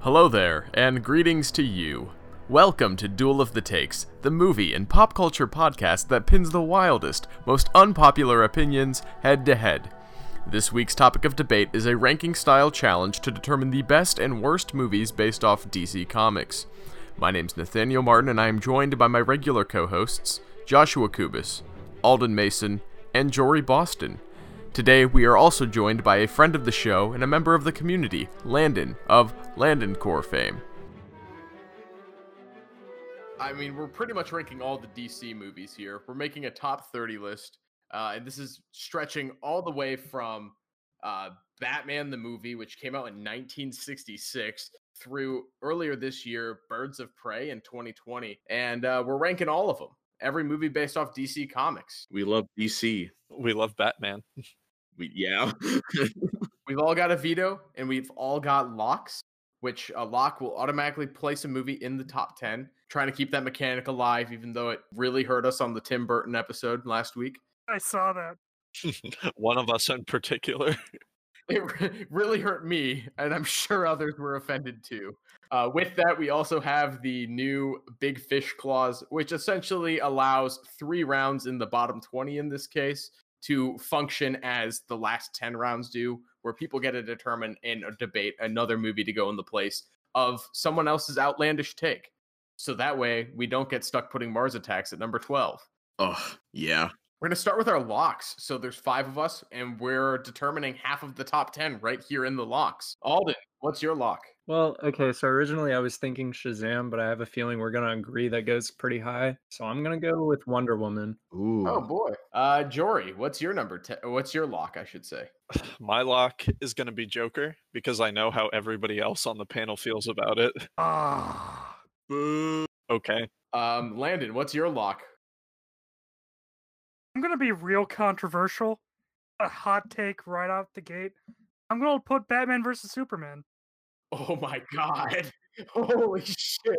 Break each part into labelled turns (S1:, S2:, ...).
S1: Hello there, and greetings to you. Welcome to Duel of the Takes, the movie and pop culture podcast that pins the wildest, most unpopular opinions head to head. This week's topic of debate is a ranking style challenge to determine the best and worst movies based off DC Comics. My name's Nathaniel Martin, and I am joined by my regular co hosts, Joshua Kubis, Alden Mason, and Jory Boston. Today, we are also joined by a friend of the show and a member of the community, Landon, of Landon Core fame. I mean, we're pretty much ranking all the DC movies here. We're making a top 30 list, uh, and this is stretching all the way from uh, Batman the movie, which came out in 1966, through earlier this year, Birds of Prey in 2020. And uh, we're ranking all of them, every movie based off DC Comics.
S2: We love DC.
S3: We love Batman.
S2: We yeah.
S1: We've all got a veto and we've all got locks, which a lock will automatically place a movie in the top 10, trying to keep that mechanic alive, even though it really hurt us on the Tim Burton episode last week.
S4: I saw that.
S3: One of us in particular.
S1: It re- really hurt me, and I'm sure others were offended too. Uh, with that, we also have the new Big Fish Clause, which essentially allows three rounds in the bottom 20 in this case to function as the last 10 rounds do, where people get to determine in a debate another movie to go in the place of someone else's outlandish take. So that way, we don't get stuck putting Mars attacks at number 12.
S2: oh yeah.
S1: We're going to start with our locks. So there's five of us, and we're determining half of the top 10 right here in the locks. Alden, what's your lock?
S5: Well, okay, so originally I was thinking Shazam, but I have a feeling we're gonna agree that goes pretty high. So I'm gonna go with Wonder Woman.
S2: Ooh.
S1: Oh, boy. Uh, Jory, what's your number 10? What's your lock, I should say?
S3: My lock is going to be Joker because I know how everybody else on the panel feels about it.
S4: Ah,
S3: Okay.
S1: Um, Landon, what's your lock?
S4: I'm gonna be real controversial. A hot take right out the gate. I'm gonna put Batman versus Superman.
S1: Oh, my God. Holy shit.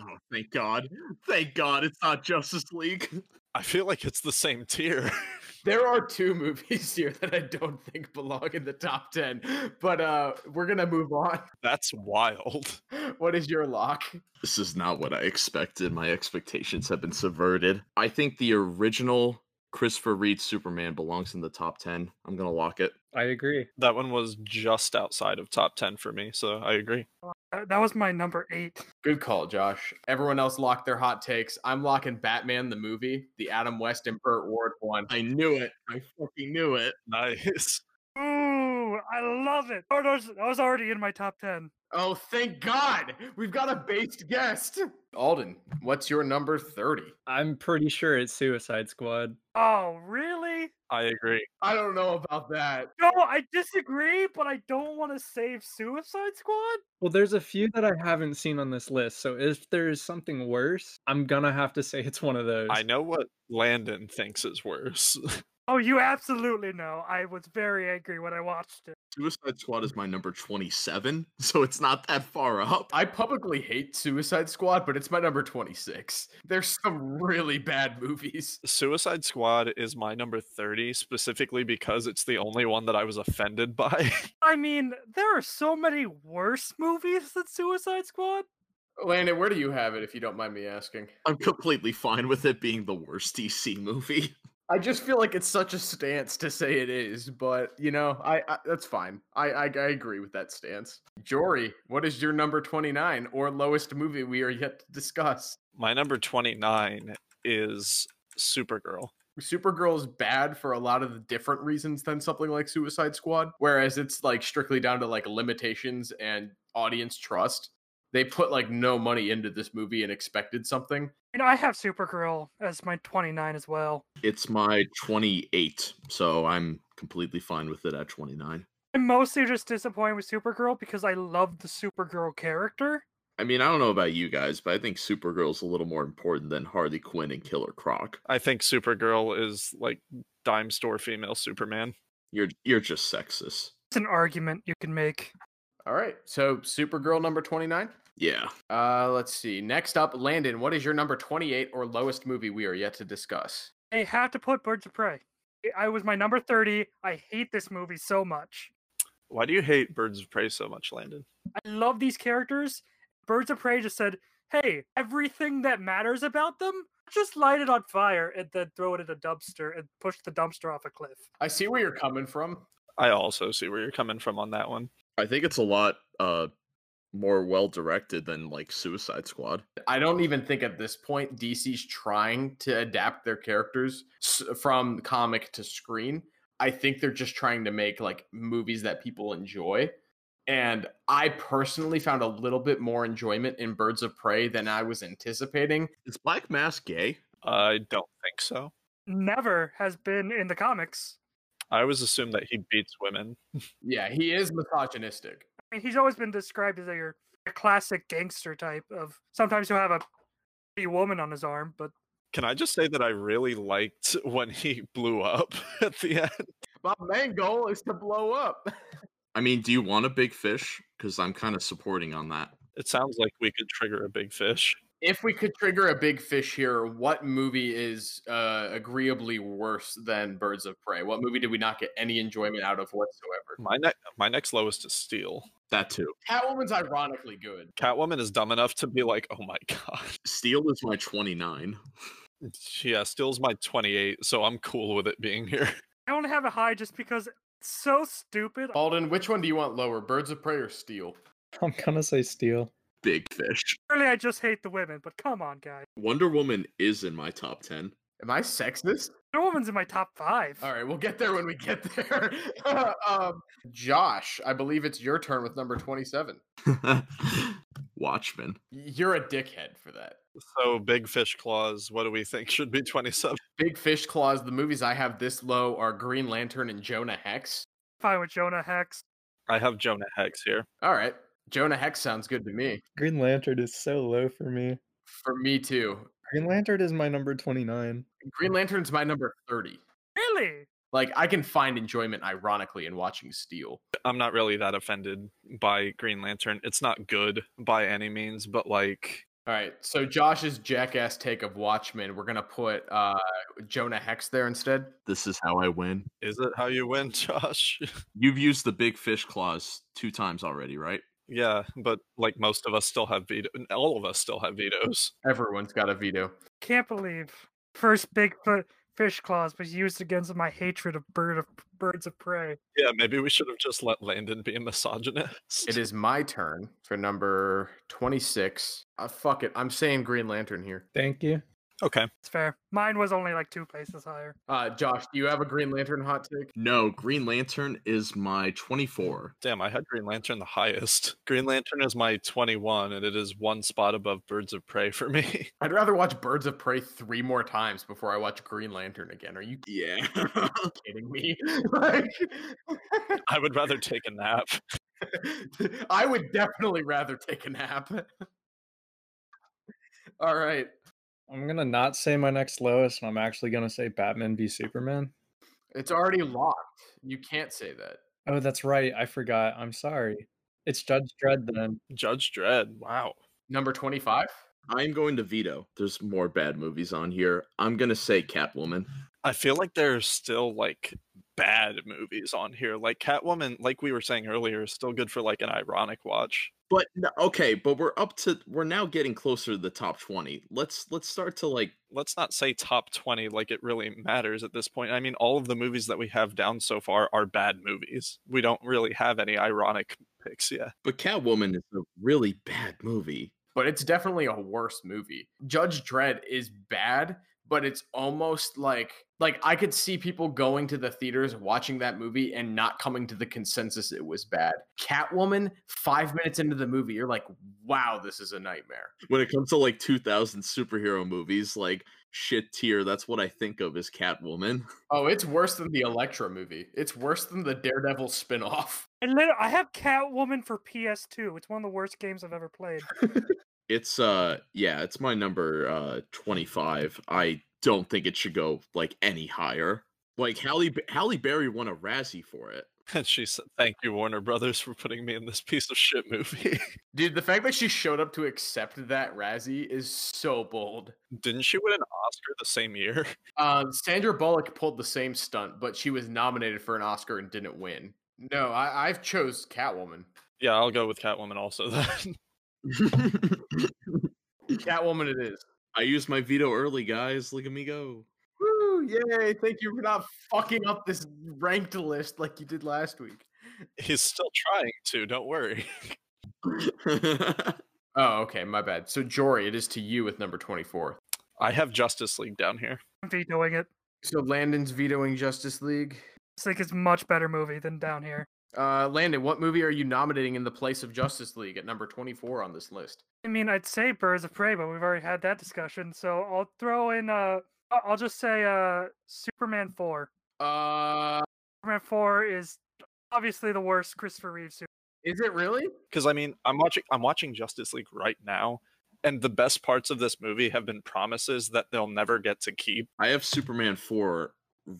S2: Oh, thank God. Thank God it's not Justice League.
S3: I feel like it's the same tier.
S1: There are two movies here that I don't think belong in the top 10, but uh, we're going to move on.
S3: That's wild.
S1: What is your lock?
S2: This is not what I expected. My expectations have been subverted. I think the original Christopher Reed Superman belongs in the top 10. I'm going to lock it.
S5: I agree.
S3: That one was just outside of top 10 for me, so I agree.
S4: Uh, That was my number eight.
S1: Good call, Josh. Everyone else locked their hot takes. I'm locking Batman the movie, the Adam West and Burt Ward one.
S2: I knew it. I fucking knew it.
S3: Nice.
S4: Ooh, I love it. Oh, that was, that was already in my top ten.
S1: Oh, thank God. We've got a based guest. Alden, what's your number 30?
S5: I'm pretty sure it's Suicide Squad.
S4: Oh, really?
S3: I agree.
S1: I don't know about that.
S4: No, I disagree, but I don't want to save Suicide Squad.
S5: Well, there's a few that I haven't seen on this list, so if there's something worse, I'm gonna have to say it's one of those.
S3: I know what Landon thinks is worse.
S4: Oh, you absolutely know. I was very angry when I watched it.
S2: Suicide Squad is my number 27, so it's not that far up.
S1: I publicly hate Suicide Squad, but it's my number 26. There's some really bad movies.
S3: Suicide Squad is my number 30 specifically because it's the only one that I was offended by.
S4: I mean, there are so many worse movies than Suicide Squad.
S1: Landon, where do you have it if you don't mind me asking?
S2: I'm completely fine with it being the worst DC movie.
S1: I just feel like it's such a stance to say it is, but you know, I, I that's fine. I, I I agree with that stance. Jory, what is your number twenty nine or lowest movie we are yet to discuss?
S3: my number 29 is Supergirl.
S1: Supergirl is bad for a lot of the different reasons than something like Suicide Squad, whereas it's like strictly down to like limitations and audience trust. They put like no money into this movie and expected something.
S4: You know, I have Supergirl as my 29 as well.
S2: It's my 28, so I'm completely fine with it at 29.
S4: I'm mostly just disappointed with Supergirl because I love the Supergirl character.
S2: I mean, I don't know about you guys, but I think Supergirl's a little more important than Harley Quinn and Killer Croc.
S3: I think Supergirl is like dime store female Superman.
S2: You're you're just sexist.
S4: It's an argument you can make.
S1: All right, so Supergirl number twenty nine.
S2: Yeah.
S1: Uh, let's see. Next up, Landon, what is your number 28 or lowest movie we are yet to discuss?
S4: I have to put Birds of Prey. I- I was my number 30. I hate this movie so much.
S3: Why do you hate Birds of Prey so much, Landon?
S4: I love these characters. Birds of Prey just said, hey, everything that matters about them, just light it on fire and then throw it in a dumpster and push the dumpster off a cliff.
S1: I see where you're coming from.
S3: I also see where you're coming from on that one.
S2: I think it's a lot uh more well directed than like Suicide Squad.
S1: I don't even think at this point DC's trying to adapt their characters s- from comic to screen. I think they're just trying to make like movies that people enjoy. And I personally found a little bit more enjoyment in Birds of Prey than I was anticipating.
S2: Is Black Mask gay?
S3: I don't think so.
S4: Never has been in the comics.
S3: I always assume that he beats women.
S1: Yeah, he is misogynistic.
S4: I mean, he's always been described as a, your a classic gangster type of sometimes he'll have a pretty woman on his arm, but
S3: Can I just say that I really liked when he blew up at the end?
S1: My main goal is to blow up.
S2: I mean, do you want a big fish? Because I'm kind of supporting on that.
S3: It sounds like we could trigger a big fish.
S1: if we could trigger a big fish here, what movie is uh, agreeably worse than Birds of Prey? What movie did we not get any enjoyment out of whatsoever?
S3: My ne- my next lowest is Steel.
S2: That too.
S1: Catwoman's ironically good.
S3: Catwoman is dumb enough to be like, "Oh my god,
S2: Steel is my 29.
S3: yeah, Steel's my 28, so I'm cool with it being here."
S4: I only have it high just because it's so stupid.
S1: Alden, which one do you want lower, Birds of Prey or Steel?
S5: I'm gonna say Steel.
S2: Big fish.
S4: Really, I just hate the women, but come on, guys.
S2: Wonder Woman is in my top 10.
S1: Am I sexist?
S4: The woman's in my top five.
S1: All right, we'll get there when we get there. um, Josh, I believe it's your turn with number 27.
S2: Watchmen.
S1: You're a dickhead for that.
S3: So big fish claws. What do we think should be 27?
S1: Big Fish Claws, the movies I have this low are Green Lantern and Jonah Hex.
S4: Fine with Jonah Hex.
S3: I have Jonah Hex here.
S1: All right, Jonah Hex sounds good to me.
S5: Green Lantern is so low for me.
S1: For me too.
S5: Green Lantern is my number 29.
S1: Green Lantern's my number 30.
S4: Really?
S1: Like I can find enjoyment ironically in watching Steel.
S3: I'm not really that offended by Green Lantern. It's not good by any means, but like
S1: All right, so Josh's jackass take of Watchmen, we're gonna put uh, Jonah Hex there instead.
S2: This is how I win.
S3: is it how you win, Josh?
S2: You've used the big fish clause two times already, right?
S3: yeah, but like most of us still have veto all of us still have vetoes.
S1: Everyone's got a veto.
S4: Can't believe first big fi- fish claws was used against my hatred of bird of birds of prey.
S3: Yeah, maybe we should have just let Landon be a misogynist.
S1: It is my turn for number 26. Uh, fuck it, I'm saying Green Lantern here.
S5: Thank you.
S3: Okay.
S4: It's fair. Mine was only like two places higher.
S1: Uh, Josh, do you have a Green Lantern hot take?
S2: No, Green Lantern is my 24.
S3: Damn, I had Green Lantern the highest. Green Lantern is my 21, and it is one spot above Birds of Prey for me.
S1: I'd rather watch Birds of Prey three more times before I watch Green Lantern again. Are you
S2: Yeah.
S1: kidding me? like,
S3: I would rather take a nap.
S1: I would definitely rather take a nap. All right.
S5: I'm gonna not say my next lowest, and I'm actually gonna say Batman v Superman.
S1: It's already locked. You can't say that.
S5: Oh, that's right. I forgot. I'm sorry. It's Judge Dredd then.
S3: Judge Dredd. Wow.
S1: Number 25?
S2: I'm going to veto. There's more bad movies on here. I'm going to say Catwoman.
S3: I feel like there's still like bad movies on here. Like Catwoman, like we were saying earlier, is still good for like an ironic watch.
S2: But no, okay, but we're up to we're now getting closer to the top 20. Let's let's start to like
S3: Let's not say top 20 like it really matters at this point. I mean, all of the movies that we have down so far are bad movies. We don't really have any ironic picks yet.
S2: but Catwoman is a really bad movie.
S1: But it's definitely a worse movie. Judge Dredd is bad, but it's almost like like I could see people going to the theaters watching that movie and not coming to the consensus it was bad. Catwoman, 5 minutes into the movie, you're like, "Wow, this is a nightmare."
S2: When it comes to like 2000 superhero movies, like shit tier, that's what I think of as Catwoman.
S1: Oh, it's worse than the Elektra movie. It's worse than the Daredevil spin-off.
S4: I lit- I have Catwoman for PS2. It's one of the worst games I've ever played.
S2: It's uh yeah, it's my number uh 25. I don't think it should go like any higher. Like Halle B- Halle Berry won a Razzie for it.
S3: And she said, Thank you, Warner Brothers, for putting me in this piece of shit movie.
S1: Dude, the fact that she showed up to accept that Razzie is so bold.
S3: Didn't she win an Oscar the same year?
S1: Um, Sandra Bullock pulled the same stunt, but she was nominated for an Oscar and didn't win. No, I, I've chose Catwoman.
S3: Yeah, I'll go with Catwoman also then.
S1: Catwoman it is.
S2: I used my veto early, guys. Look at me go.
S1: Woo! Yay! Thank you for not fucking up this ranked list like you did last week.
S3: He's still trying to, don't worry.
S1: Oh, okay, my bad. So Jory, it is to you with number twenty-four.
S3: I have Justice League down here.
S4: I'm vetoing it.
S1: So Landon's vetoing Justice League.
S4: It's like it's a much better movie than down here.
S1: Uh, Landon, what movie are you nominating in the place of Justice League at number twenty-four on this list?
S4: I mean, I'd say Birds of Prey, but we've already had that discussion. So I'll throw in. Uh, I- I'll just say uh, Superman four.
S1: Uh,
S4: Superman four is obviously the worst Christopher Reeve. Super-
S1: is it really?
S3: Because I mean, I'm watching I'm watching Justice League right now, and the best parts of this movie have been promises that they'll never get to keep.
S2: I have Superman 4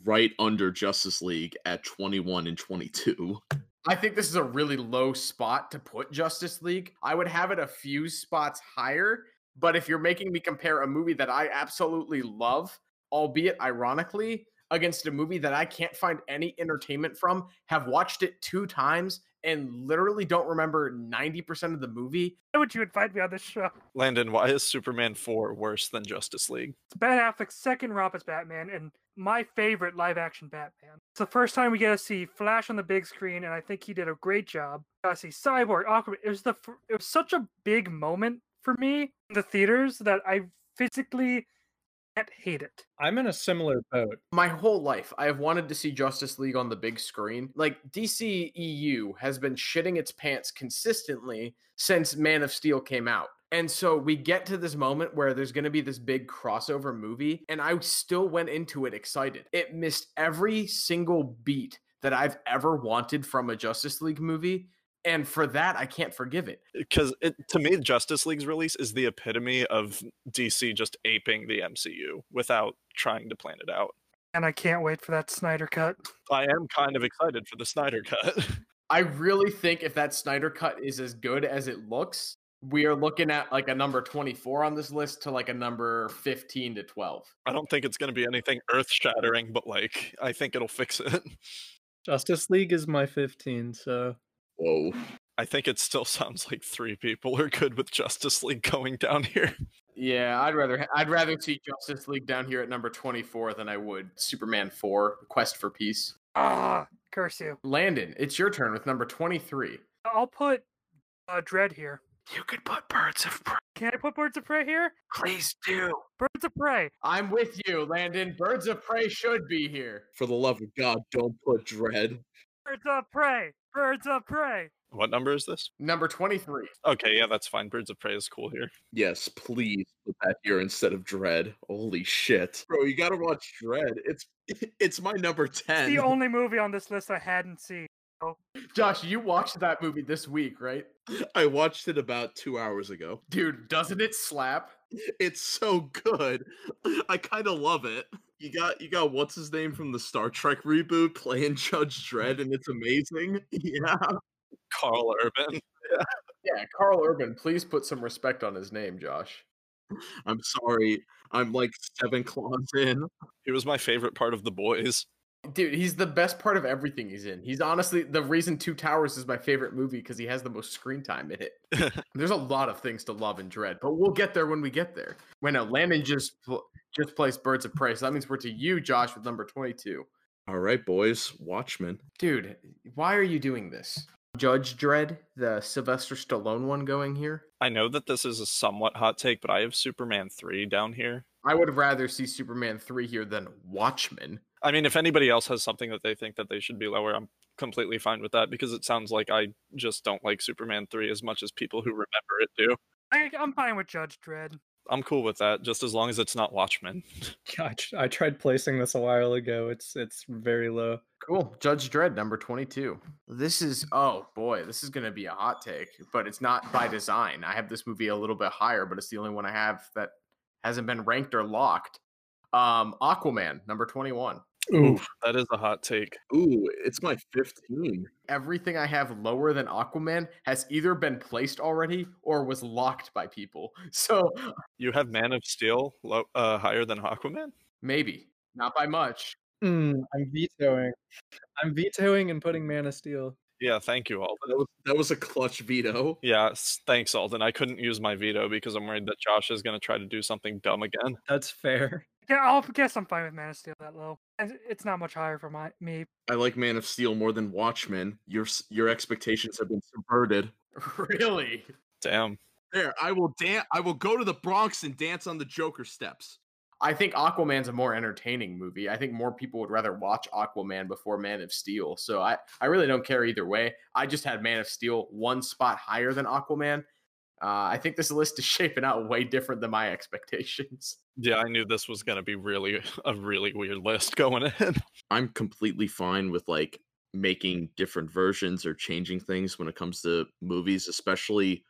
S2: right under Justice League at 21 and 22.
S1: I think this is a really low spot to put Justice League. I would have it a few spots higher, but if you're making me compare a movie that I absolutely love, albeit ironically, against a movie that I can't find any entertainment from, have watched it two times, and literally don't remember 90% of the movie,
S4: Why would you invite me on this show?
S3: Landon, why is Superman 4 worse than Justice League?
S4: It's Ben Affleck's second romp as Batman, and my favorite live-action Batman. It's the first time we get to see Flash on the big screen, and I think he did a great job. I see Cyborg, Aquaman. It was the fir- it was such a big moment for me in the theaters that I physically can't hate it.
S5: I'm in a similar boat.
S1: my whole life i have wanted to see justice league on the big screen like dc eu has been shitting its pants consistently since man of steel came out and so we get to this moment where there's going to be this big crossover movie and i still went into it excited it missed every single beat that i've ever wanted from a justice league movie and for that i can't forgive it
S3: Because to me, Justice League's release is the epitome of DC just aping the MCU without trying to plan it out.
S4: and I can't wait for that Snyder cut.
S3: I am kind of excited for the Snyder Cut.
S1: i really think if that snyder cut is as good as it looks we are looking at like a number 24 on this list to like a number 15 to 12
S3: I don't think it's going to be anything earth shattering, but like, I think it'll fix it.
S5: Justice League is my 15, so
S2: Whoa.
S3: I think it still sounds like three people are good with Justice League going down here.
S1: yeah i'd rather ha- i'd rather see justice league down here at number 24 than i would superman 4 quest for peace
S4: Ah, curse you!
S1: landon it's your turn with number 23
S4: I'll put uh, Dread here.
S2: You could put birds of prey.
S4: Can I put Birds of Prey here?
S2: Please do.
S4: Birds of Prey.
S1: i'm with you landon birds of prey should be here
S2: For the love of God, don't put dread.
S4: Birds of Prey. Birds of Prey.
S3: What number is this?
S1: number 23
S3: Okay, yeah, that's fine. Birds of Prey is cool here.
S2: Yes, please put that here instead of dread. Holy shit. Bro, you gotta watch dread. It's it's my number
S4: It's
S2: 10.
S4: the only movie on this list I hadn't seen.
S1: josh you watched that movie this week right
S2: I watched it about two hours ago.
S1: dude doesn't it slap
S2: It's so good. I kind of love it. You got you got what's his name from the Star Trek reboot playing Judge Dredd, and it's amazing. Yeah,
S3: Carl Urban.
S1: yeah carl urban please put some respect on his name josh
S2: I'm sorry. I'm like seven claws in.
S3: He was my favorite part of The Boys.
S1: Dude, he's the best part of everything he's in. He's honestly the reason Two Towers is my favorite movie because he has the most screen time in it. There's a lot of things to love and dread, but we'll get there when we get there. When no, Landon just pl- just placed Birds of Prey, so that means we're to you, Josh, with number 22.
S2: All right, boys, Watchmen.
S1: Dude, why are you doing this? Judge Dread, the Sylvester Stallone one going here.
S3: I know that this is a somewhat hot take, but I have Superman 3 down here.
S1: I would rather see Superman 3 here than Watchmen.
S3: I mean, if anybody else has something that they think that they should be lower, I'm completely fine with that because it sounds like I just don't like Superman 3 as much as people who remember it do.
S4: I, I'm fine with Judge Dredd.
S3: I'm cool with that, just as long as it's not Watchmen.
S5: yeah, I, tr- I tried placing this a while ago. It's it's very low.
S1: Cool. Judge Dredd, number 22. This is, oh boy, this is going to be a hot take, but it's not by design. I have this movie a little bit higher, but it's the only one I have that hasn't been ranked or locked. Um, Aquaman, number 21.
S3: Oof, that is a hot take.
S2: Ooh, it's my 15.
S1: Everything I have lower than Aquaman has either been placed already or was locked by people. So
S3: You have Man of Steel low, uh, higher than Aquaman?
S1: maybe, not by much.
S5: Mm, I'm vetoing. I'm vetoing and putting Man of Steel.
S3: Yeah, thank you,
S2: That
S3: Alden.
S2: was, that was a clutch veto.
S3: Yeah, s- thanks, Alden. I couldn't use my veto because I'm worried that Josh is going to try to do something dumb again.
S5: That's fair.
S4: Yeah, I'll guess I'm fine with Man of Steel that low. It's- It's not much higher for my me.
S2: I like Man of Steel more than Watchmen. Your s- your expectations have been subverted.
S1: really?
S3: Damn.
S2: There, I will dance. I will go to the Bronx and dance on the Joker steps.
S1: I think Aquaman's a more entertaining movie. I think more people would rather watch Aquaman before Man of Steel. So I, I really don't care either way. I just had Man of Steel one spot higher than Aquaman. Uh, I think this list is shaping out way different than my expectations.
S3: Yeah, I knew this was going to be really a really weird list going in.
S2: I'm completely fine with like making different versions or changing things when it comes to movies, especially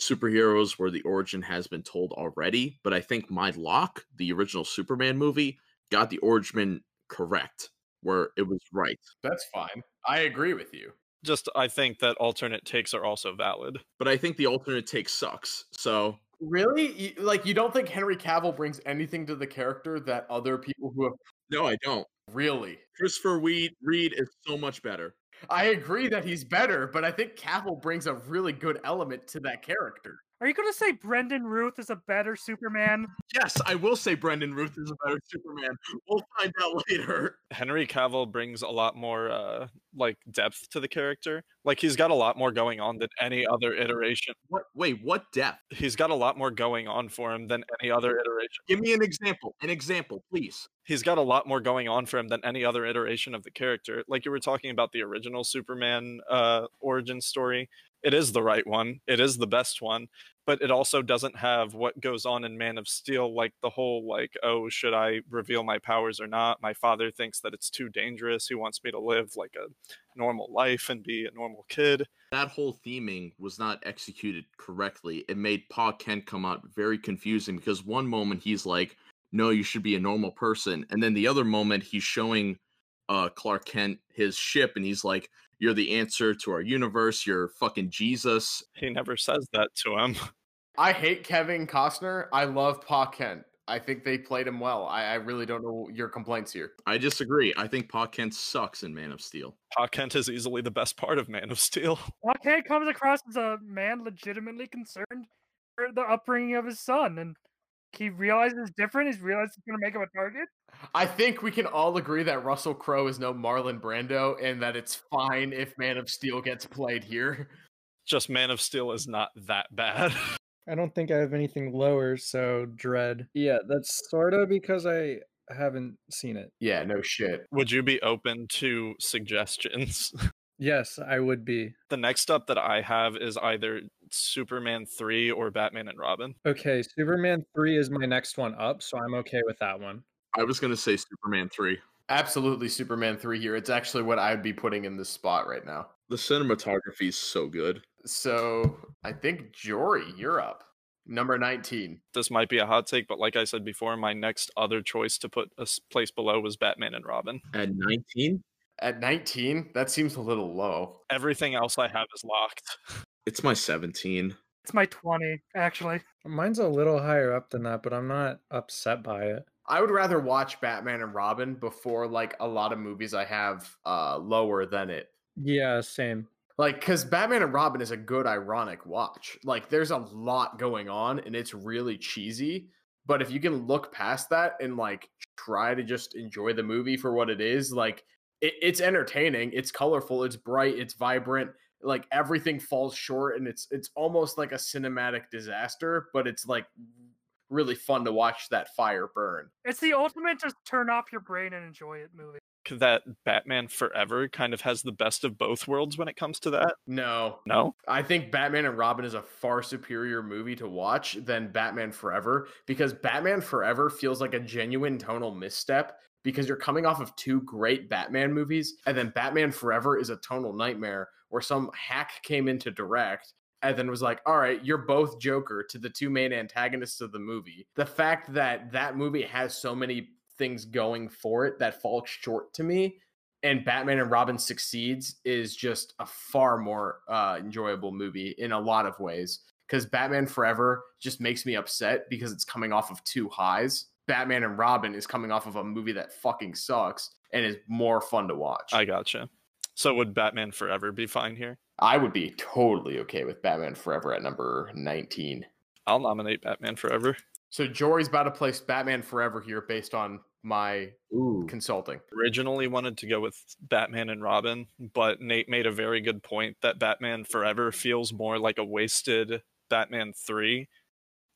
S2: superheroes where the origin has been told already. But I think my lock, the original Superman movie, got the origin correct, where it was right.
S1: That's fine. I agree with you.
S3: Just I think that alternate takes are also valid.
S2: But I think the alternate take sucks. So
S1: Really? You- like you don't think Henry Cavill brings anything to the character that other people who have
S2: no, I don't.
S1: really?
S2: Christopher Reed Reed is so much better.
S1: I agree that he's better, but I think Cavill brings a really good element to that character.
S4: Are you gonna say Brendan Ruth is a better Superman?
S2: Yes, I will say Brendan Ruth is a better Superman. We'll find out later.
S3: Henry Cavill brings a lot more uh like depth to the character. Like he's got a lot more going on than any other iteration.
S2: What? Wait, what depth?
S3: He's got a lot more going on for him than any other iteration.
S2: Give me an example. An example, please.
S3: He's got a lot more going on for him than any other iteration of the character. Like you were talking about the original Superman uh origin story. It is the right one. It is the best one, but it also doesn't have what goes on in Man of Steel like the whole like oh should I reveal my powers or not? My father thinks that it's too dangerous. He wants me to live like a normal life and be a normal kid.
S2: That whole theming was not executed correctly. It made Pa Kent come out very confusing because one moment he's like, "No, you should be a normal person," and then the other moment he's showing uh, Clark Kent his ship, and he's like, "You're the answer to our universe. You're fucking Jesus."
S3: he never says that to him.
S1: I hate Kevin Costner. I love Pa Kent. I think they played him well. I, I really don't know your complaints here.
S2: I disagree. I think Pa Kent sucks in Man of Steel.
S3: Pa Kent is easily the best part of Man of Steel.
S4: Lockhead comes across as a man legitimately concerned for the upbringing of his son, and he realizes it's different. He's realized it's gonna make him a target.
S1: I think we can all agree that Russell Crowe is no Marlon Brando and that it's fine if Man of Steel gets played here.
S3: Just Man of Steel is not that bad.
S5: I don't think I have anything lower, so dread. Yeah, that's sort of because I haven't seen it.
S1: Yeah, no shit.
S3: Would you be open to suggestions?
S5: Yes, I would be.
S3: The next up that I have is either Superman 3 or Batman and Robin.
S5: Okay, Superman 3 is my next one up, so I'm okay with that one.
S2: I was gonna say Superman three.
S1: Absolutely Superman 3 here. It's actually what I'd be putting in this spot right now.
S2: The cinematography is so good.
S1: So I think Jory, you're up. Number 19.
S3: This might be a hot take, but like I said before, my next other choice to put a s- place below was Batman and Robin.
S2: At nineteen,
S1: At 19, that seems a little low.
S3: Everything else I have is locked.
S2: it's my seventeen.
S4: It's my twenty, actually.
S5: Mine's a little higher up than that, but I'm not upset by it.
S1: I would rather watch Batman and Robin before like a lot of movies I have uh lower than it.
S5: Yeah, same.
S1: Like cuz Batman and Robin is a good ironic watch. Like there's a lot going on and it's really cheesy, but if you can look past that and like try to just enjoy the movie for what it is, like it, it's entertaining, it's colorful, it's bright, it's vibrant. Like everything falls short and it's it's almost like a cinematic disaster, but it's like really fun to watch that fire burn.
S4: It's the ultimate just turn off your brain and enjoy it movie.
S3: That Batman Forever kind of has the best of both worlds when it comes to that.
S1: No,
S3: No?
S1: I think Batman and Robin is a far superior movie to watch than Batman Forever because Batman Forever feels like a genuine tonal misstep because you're coming off of two great Batman movies and then Batman Forever is a tonal nightmare where some hack came in to direct and then was like, "All right, you're both Joker to the two main antagonists of the movie." The fact that that movie has so many things going for it that fall short to me and Batman and Robin succeeds is just a far more uh, enjoyable movie in a lot of ways. Because Batman Forever just makes me upset because it's coming off of two highs. Batman and Robin is coming off of a movie that fucking sucks and is more fun to watch.
S3: I gotcha. So would Batman Forever be fine here?
S1: I would be totally okay with Batman Forever at number 19.
S3: I'll nominate Batman Forever.
S1: So Jory's about to place Batman Forever here based on my
S5: Ooh.
S1: consulting.
S3: Originally wanted to go with Batman and Robin, but Nate made a very good point that Batman Forever feels more like a wasted Batman 3.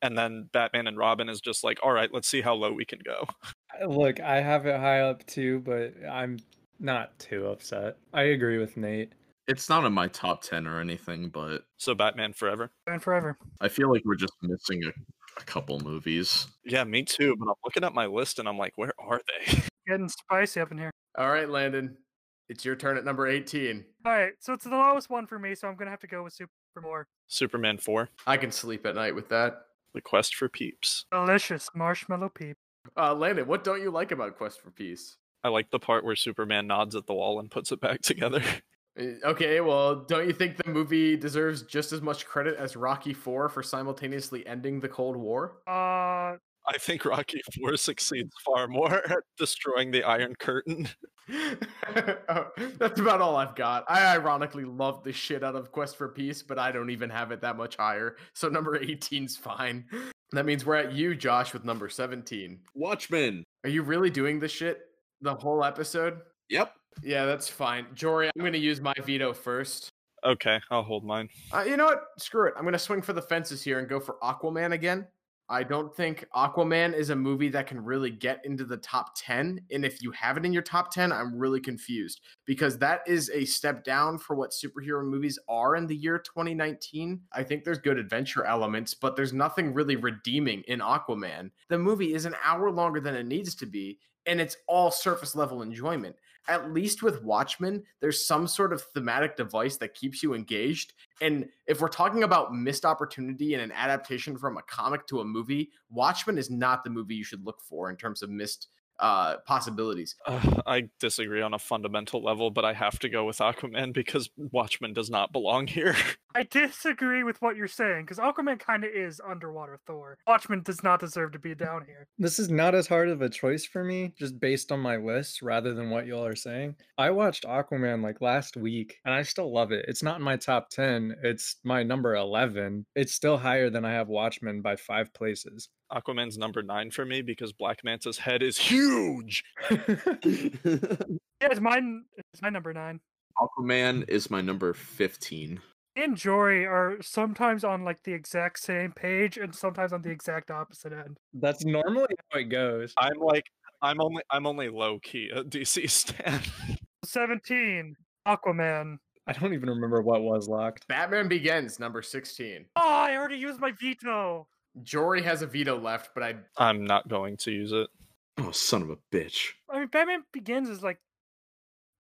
S3: And then Batman and Robin is just like, all right, let's see how low we can go.
S5: Look, I have it high up too, but I'm not too upset. I agree with Nate.
S2: It's not in my top 10 or anything, but
S3: So Batman Forever.
S4: Batman Forever.
S2: I feel like we're just missing a, a couple movies.
S3: Yeah, me too. But I'm looking at my list and I'm like, where are they?
S4: Getting spicy up in here.
S1: All right, Landon, it's your turn at number 18.
S4: All right, so it's the lowest one for me, so I'm gonna have to go with Super more
S3: Superman 4,
S1: I can sleep at night with that.
S3: The Quest for Peeps.
S4: delicious marshmallow peep.
S1: Uh, Landon, what don't you like about Quest for Peace?
S3: I like the part where Superman nods at the wall and puts it back together.
S1: Uh, Okay, well, don't you think the movie deserves just as much credit as Rocky 4 for simultaneously ending the Cold War?
S4: Uh,
S3: I think Rocky 4 succeeds far more at destroying the Iron Curtain.
S1: Oh, that's about all I've got. I ironically love the shit out of Quest for Peace, but I don't even have it that much higher. So number 18's fine. That means we're at you, Josh, with number 17.
S2: Watchmen.
S1: Are you really doing this shit the whole episode?
S2: Yep.
S1: Yeah, that's fine. Jory, I'm going to use my veto first.
S3: Okay, I'll hold mine.
S1: Uh, you know what? Screw it. I'm going to swing for the fences here and go for Aquaman again. I don't think Aquaman is a movie that can really get into the top 10. And if you have it in your top 10, I'm really confused because that is a step down for what superhero movies are in the year 2019. I think there's good adventure elements, but there's nothing really redeeming in Aquaman. The movie is an hour longer than it needs to be, and it's all surface level enjoyment. At least with Watchmen, there's some sort of thematic device that keeps you engaged. And if we're talking about missed opportunity in an adaptation from a comic to a movie, Watchmen is not the movie you should look for in terms of missed uh, possibilities.
S3: Ugh, Uh, I disagree on a fundamental level, but I have to go with Aquaman because Watchmen does not belong here.
S4: I disagree with what you're saying because Aquaman kind of is underwater Thor. Watchmen does not deserve to be down here.
S5: This is not as hard of a choice for me, just based on my list rather than what y'all are saying. I watched Aquaman like last week and I still love it. It's not in my top 10, it's my number 11. It's still higher than I have Watchmen by five places.
S3: Aquaman's number nine for me because Black Manta's head is huge.
S4: Yeah, it's mine. It's my number nine.
S2: Aquaman is my number 15.
S4: Me And Jory are sometimes on like the exact same page and sometimes on the exact opposite end.
S5: That's normally how it goes.
S3: I'm like, I'm only, I'm only low key a DC stan.
S4: Seventeen, Aquaman.
S5: I don't even remember what was locked.
S1: Batman Begins, number 16.
S4: Oh, I already used my veto.
S1: Jory has a veto left, but I
S3: I'm not going to use it.
S2: Oh, son of a bitch.
S4: I mean, Batman Begins is like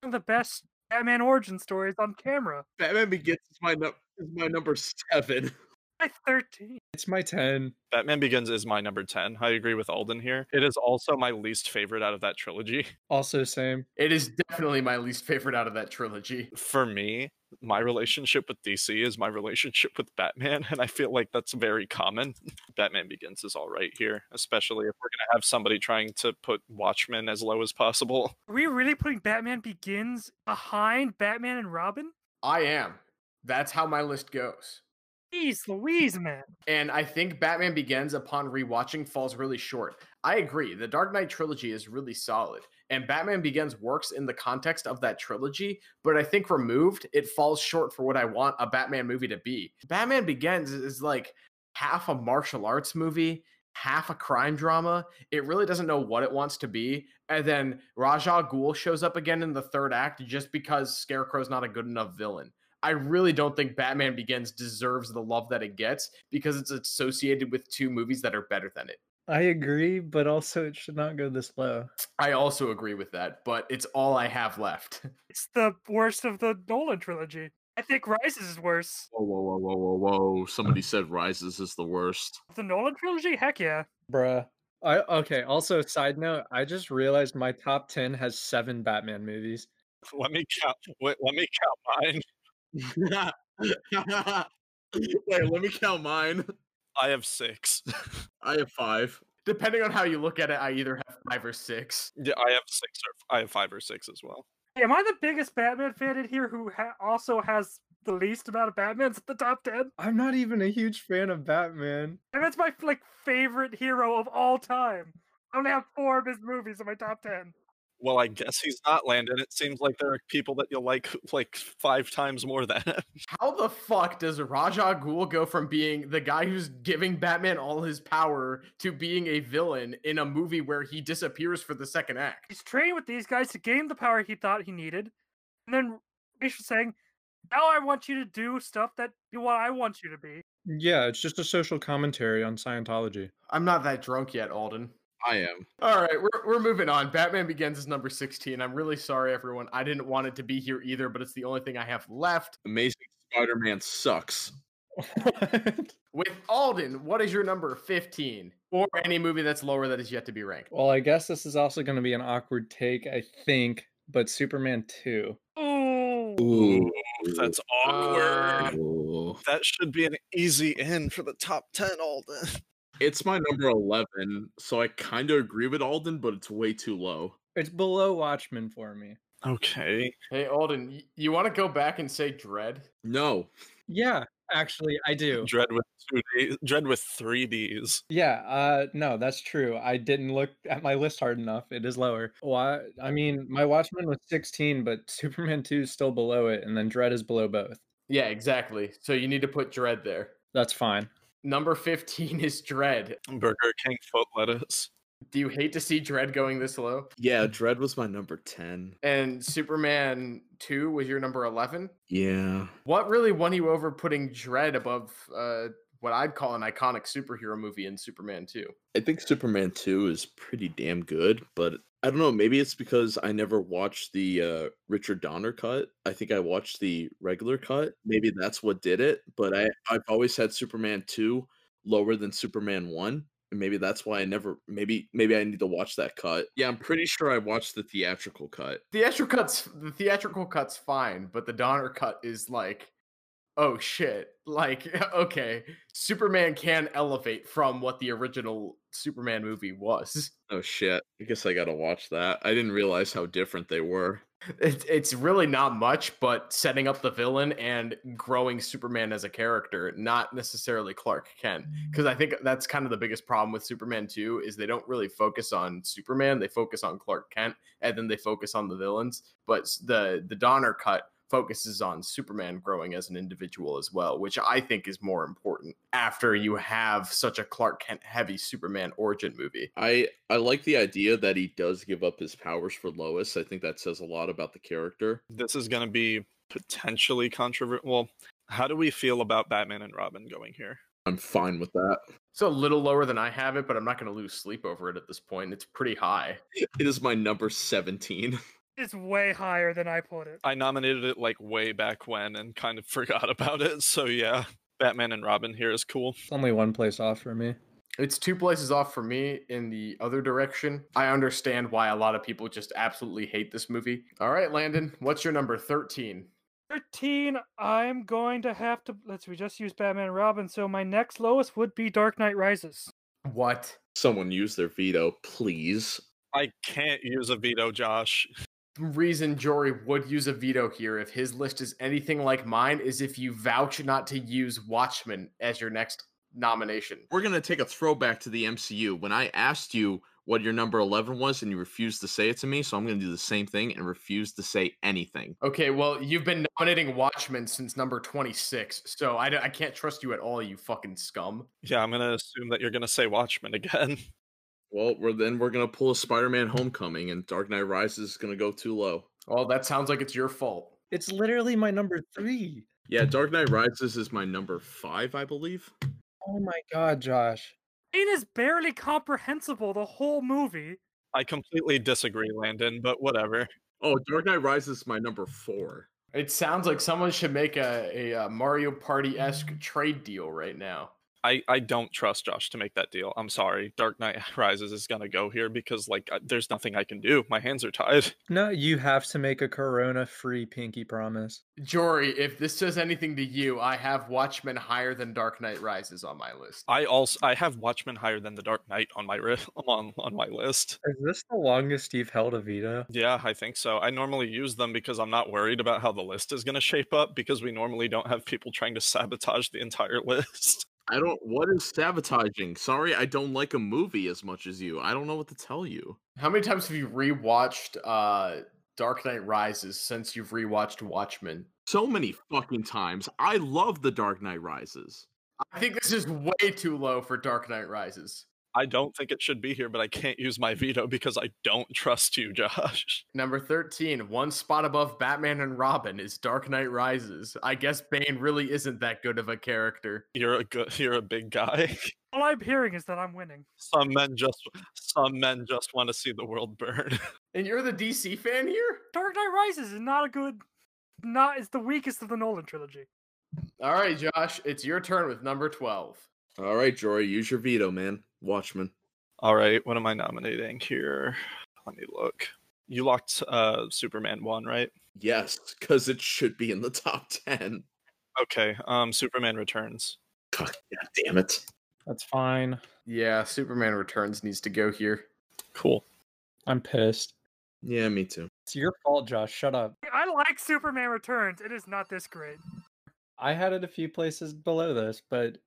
S4: one of the best Batman origin stories on camera.
S2: Batman Begins is my, nu- is my number seven.
S4: My thirteen.
S5: It's my 10.
S3: Batman Begins is my number 10. I agree with Alden here. It is also my least favorite out of that trilogy.
S5: Also, same.
S1: it is definitely my least favorite out of that trilogy.
S3: For me, my relationship with DC is my relationship with Batman, and I feel like that's very common. Batman Begins is all right here, especially if we're going to have somebody trying to put Watchmen as low as possible.
S4: Are we really putting Batman Begins behind Batman and Robin?
S1: I am. That's how my list goes.
S4: Jeez Louise, man.
S1: And I think Batman Begins, upon rewatching, falls really short. I agree. The Dark Knight trilogy is really solid, and Batman Begins works in the context of that trilogy, but I think removed, it falls short for what I want a Batman movie to be. Batman Begins is- is like half a martial arts movie, half a crime drama. It really doesn't know what it wants to be. And then Raja Ghul shows up again in the third act just because Scarecrow's not a good enough villain. I really don't think Batman Begins deserves the love that it gets because it's associated with two movies that are better than it.
S5: I agree, but also it should not go this low.
S1: I also agree with that, but it's all I have left.
S4: It's the worst of the Nolan trilogy. I think Rises is worse.
S2: Whoa, whoa, whoa, whoa, whoa, whoa. Somebody said Rises is the worst.
S4: The Nolan trilogy? Heck yeah.
S5: Bruh. I, okay, also, side note, I just realized my top 10 has seven Batman movies.
S3: Let me count. Wait, let me count mine.
S2: Wait, let me count mine.
S3: I have six.
S2: I have five.
S1: Depending on how you look at it, I either have five or six.
S3: yeah, I have six or I have five or six as well.
S4: Am I the biggest Batman fan in here who ha- also has the least amount of Batmans at the top ten?
S5: I'm not even a huge fan of Batman.
S4: And that's my like favorite hero of all time. I only have four of his movies in my top ten.
S3: Well, I guess he's not Landon. It seems like there are people that you'll like like five times more than him.
S1: How the fuck does Raja Ghul go from being the guy who's giving Batman all his power to being a villain in a movie where he disappears for the second act?
S4: He's training with these guys to gain the power he thought he needed, and then Rachel saying, "Now I want you to do stuff that you what I want you to be."
S5: Yeah, it's just a social commentary on Scientology.
S1: I'm not that drunk yet, Alden.
S2: I am.
S1: All right, we're, we're moving on. Batman Begins is number 16. I'm really sorry, everyone. I didn't want it to be here either, but it's the only thing I have left.
S2: Amazing Spider-Man sucks.
S1: With Alden, what is your number 15? Or any movie that's lower that is yet to be ranked?
S5: well, I guess this is also going to be an awkward take, I think, but Superman 2.
S4: Ooh,
S2: Ooh,
S3: That's
S1: Uh.
S3: awkward. that should be an easy in for the top ten, Alden.
S2: It's my number 11, so I kind of agree with Alden, but it's way too low.
S5: It's below Watchmen for me.
S3: Okay.
S1: Hey, Alden, y- you want to go back and say Dread?
S2: No.
S5: Yeah, actually, I do.
S3: Dread with two D Dread with three Ds.
S5: Yeah, uh no, that's true. I didn't look at my list hard enough. It is lower. Why I mean, my Watchmen was 16, but Superman 2 is still below it and then Dread is below both.
S1: Yeah, exactly. So you need to put Dread there.
S5: That's fine.
S1: Number 15 is Dread.
S3: Burger King foot lettuce.
S1: Do you hate to see Dread going this low?
S2: Yeah, Dread was my number 10.
S1: And Superman 2 was your number 11?
S2: Yeah.
S1: What really won you over putting Dread above uh, what I'd call an iconic superhero movie in Superman 2?
S2: I think Superman 2 is pretty damn good, but I don't know, maybe it's because I never watched the uh, Richard Donner cut. I think I watched the regular cut. Maybe that's what did it, but I, I've always had Superman 2 lower than Superman 1. And maybe that's why I never maybe maybe I need to watch that cut. Yeah, I'm pretty sure I watched the theatrical cut.
S1: Theatrical cuts the theatrical cut's fine, but the Donner cut is like oh shit. Like okay, Superman can elevate from what the original Superman movie was.
S2: Oh shit. I guess I gotta watch that. I didn't realize how different they were.
S1: It, it's really not much, but setting up the villain and growing Superman as a character, not necessarily Clark Kent. Because I think that's kind of the biggest problem with Superman 2 is they don't really focus on Superman. They focus on Clark Kent, and then they focus on the villains. But s- the the Donner cut focuses on Superman growing as an individual as well, which I think is more important after you have such a Clark Kent heavy Superman origin movie.
S2: I I like the idea that he does give up his powers for Lois. I think that says a lot about the character.
S3: This is gonna be potentially controversial. Well, how do we feel about Batman and Robin going here?
S2: I'm fine with that.
S1: It's a little lower than I have it, but I'm not going to lose sleep over it at this point. It's pretty high.
S2: It is my number 17.
S4: it's way higher than I put it.
S3: I nominated it like way back when and kind of forgot about it. So yeah, Batman and Robin here is cool.
S5: It's only one place off for me.
S1: It's two places off for me in the other direction. I understand why a lot of people just absolutely hate this movie. All right, Landon, what's your number 13?
S4: 13, I'm going to have to. Let's see, we just use Batman and Robin, so my next lowest would be Dark Knight Rises.
S1: What?
S2: Someone use their veto, please.
S3: I can't use a veto, Josh.
S1: Reason Jory would use a veto here if his list is anything like mine is if you vouch not to use Watchmen as your next nomination.
S2: We're going to take a throwback to the MCU. When I asked you what your number 11 was and you refused to say it to me, so I'm going to do the same thing and refuse to say anything.
S1: Okay, well, you've been nominating Watchmen since number 26, so I, d- I can't trust you at all, you fucking scum.
S3: Yeah, I'm gonna assume that you're gonna say Watchmen again.
S2: Well, we're then we're going to pull a Spider-Man Homecoming and Dark Knight Rises is going to go too low.
S1: Well, that sounds like it's your fault.
S5: It's literally my number 3.
S2: Yeah, Dark Knight Rises is my number 5, I believe.
S5: Oh my god, Josh.
S4: It is barely comprehensible, the whole movie.
S3: I completely disagree, Landon, but whatever.
S2: Oh, Dark Knight Rises is my number 4.
S1: It sounds like someone should make a, a, uh Mario Party esque trade deal right now.
S3: I, I don't trust Josh to make that deal. I'm sorry. Dark Knight Rises is going to go here because, like, I- there's nothing I can do. My hands are tied.
S5: No, you have to make a corona free pinky promise.
S1: Jory, if this says anything to you, I have Watchmen higher than Dark Knight Rises on my list.
S3: I also I have Watchmen higher than The Dark Knight on my ri- on on my list.
S5: Is this the longest you've held a veto?
S3: Yeah, I think so. I normally use them because I'm not worried about how the list is going to shape up because we normally don't have people trying to sabotage the entire list.
S2: I don't. What is sabotaging? Sorry, I don't like a movie as much as you. I don't know what to tell you.
S1: How many times have you rewatched uh, Dark Knight Rises since you've rewatched Watchmen?
S2: So many fucking times. I love The Dark Knight Rises.
S1: I think this is way too low for Dark Knight Rises.
S3: I don't think it should be here, but I can't use my veto because I don't trust you, Josh.
S1: Number 13, one spot above Batman and Robin is Dark Knight Rises. I guess Bane really isn't that good of a character.
S3: You're a good, you're a big guy.
S4: All I'm hearing is that I'm winning.
S3: Some men just some men just want to see the world burn.
S1: And you're the DC fan here?
S4: Dark Knight Rises is not a good, not is the weakest of the Nolan trilogy.
S1: All right, Josh, it's your turn with number 12.
S2: All right, Jory, use your veto, man. Watchmen.
S3: All right, what am I nominating here? Let me look. You locked uh, Superman one, right?
S2: Yes, because it should be in the top ten.
S3: Okay. Um, Superman Returns.
S2: God damn it.
S5: That's fine.
S1: Yeah, Superman Returns needs to go here.
S3: Cool.
S5: I'm pissed.
S2: Yeah, me too.
S5: It's your fault, Josh. Shut up.
S4: I like Superman Returns. It is not this great.
S5: I had it a few places below this, but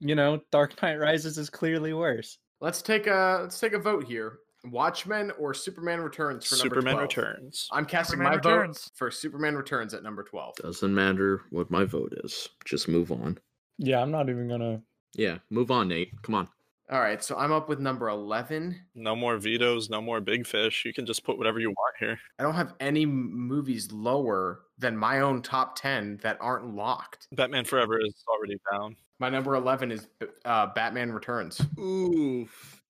S5: you know, Dark Knight Rises is clearly worse.
S1: Let's take a let's take a vote here. Watchmen or Superman Returns for number
S3: Superman
S1: 12?
S3: Returns.
S1: I'm casting
S4: Superman
S1: my
S4: Returns.
S1: vote for Superman Returns at number 12.
S2: Doesn't matter what my vote is. Just move on.
S5: Yeah, I'm not even gonna.
S2: Yeah, move on, Nate. Come on.
S1: All right, so I'm up with number 11.
S3: No more vetoes. No more big fish. You can just put whatever you want here.
S1: I don't have any m- movies lower than my own top 10 that aren't locked.
S3: Batman Forever is already down.
S1: My number 11 is B- uh, Batman Returns.
S2: Oof.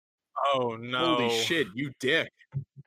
S3: Oh no!
S2: Holy shit, you dick.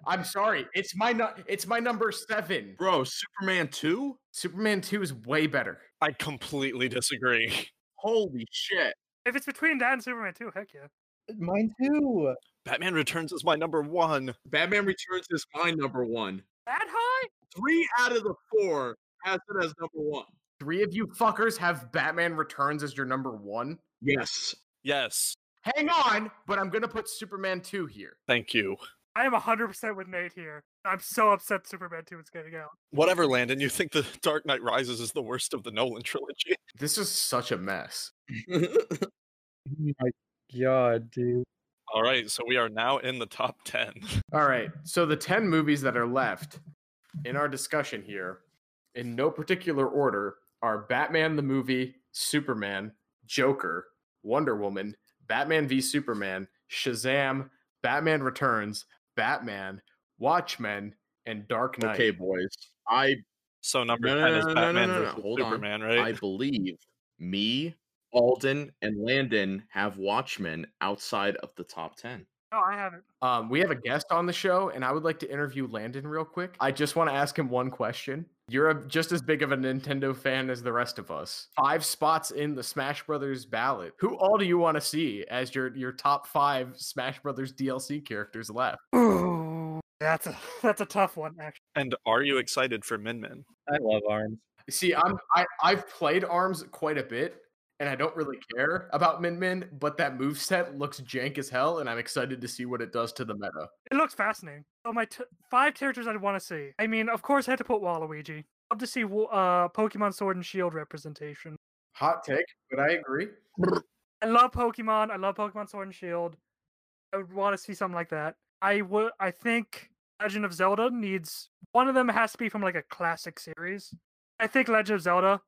S1: I'm sorry, it's my nu- it's my number 7.
S2: Bro, Superman 2?
S1: Superman 2 is way better.
S3: I completely disagree.
S2: Holy shit.
S4: If it's between that and Superman 2, heck yeah.
S5: Uh, Mine too.
S3: Batman Returns is my number one.
S2: Batman Returns is my number one.
S4: That high?
S2: Three out of the four has it as number one.
S1: Three of you fuckers have Batman Returns as your number 1.
S2: Yes.
S3: Yes.
S1: Hang on, but I'm going to put Superman 2 here.
S3: Thank you.
S4: I am 100% with Nate here. I'm so upset Superman 2 is getting out.
S3: Whatever, Landon. You think the Dark Knight Rises is the worst of the Nolan trilogy?
S1: This is such a mess.
S5: Oh my god, dude.
S3: All right. So we are now in the top ten.
S1: All right. So the 10 movies that are left in our discussion here, in no particular order, are Batman the movie, Superman, Joker, Wonder Woman, Batman v Superman, Shazam, Batman Returns, Batman, Watchmen, and Dark Knight.
S2: okay, boys. I
S3: So number
S2: No, no,
S3: ten
S2: no,
S3: is
S2: no, no,
S3: Batman
S2: no, no, no.
S3: versus
S2: Hold on.
S3: Superman,
S2: I
S3: right?
S2: believe me, Alden, and Landon have Watchmen outside of the top ten.
S4: No, I haven't.
S1: Um, we have a guest on the show, and I would like to interview Landon real quick. I just want to ask him one question. You're a, just as big of a Nintendo fan as the rest of us. Five spots in the Smash Brothers ballot. Who all do you want to see as your your top five Smash Brothers DLC characters left?
S4: Ooh, that's a, that's a tough one, actually.
S3: and are you excited for Min Min?
S5: I love arms.
S1: See, I'm I, I've played Arms quite a bit, and I don't really care about Min Min, but that moveset looks jank as hell, and I'm excited to see what it does to the meta.
S4: It looks fascinating. So my t- five characters I'd want to see. I mean, of course, I had to put Waluigi. Love to see Wa- uh, Pokemon Sword and Shield representation.
S1: Hot take, but I agree.
S4: I love Pokemon. I love Pokemon Sword and Shield. I would want to see something like that. I would. I think Legend of Zelda needs one of them has to be from like a classic series. I think Legend of Zelda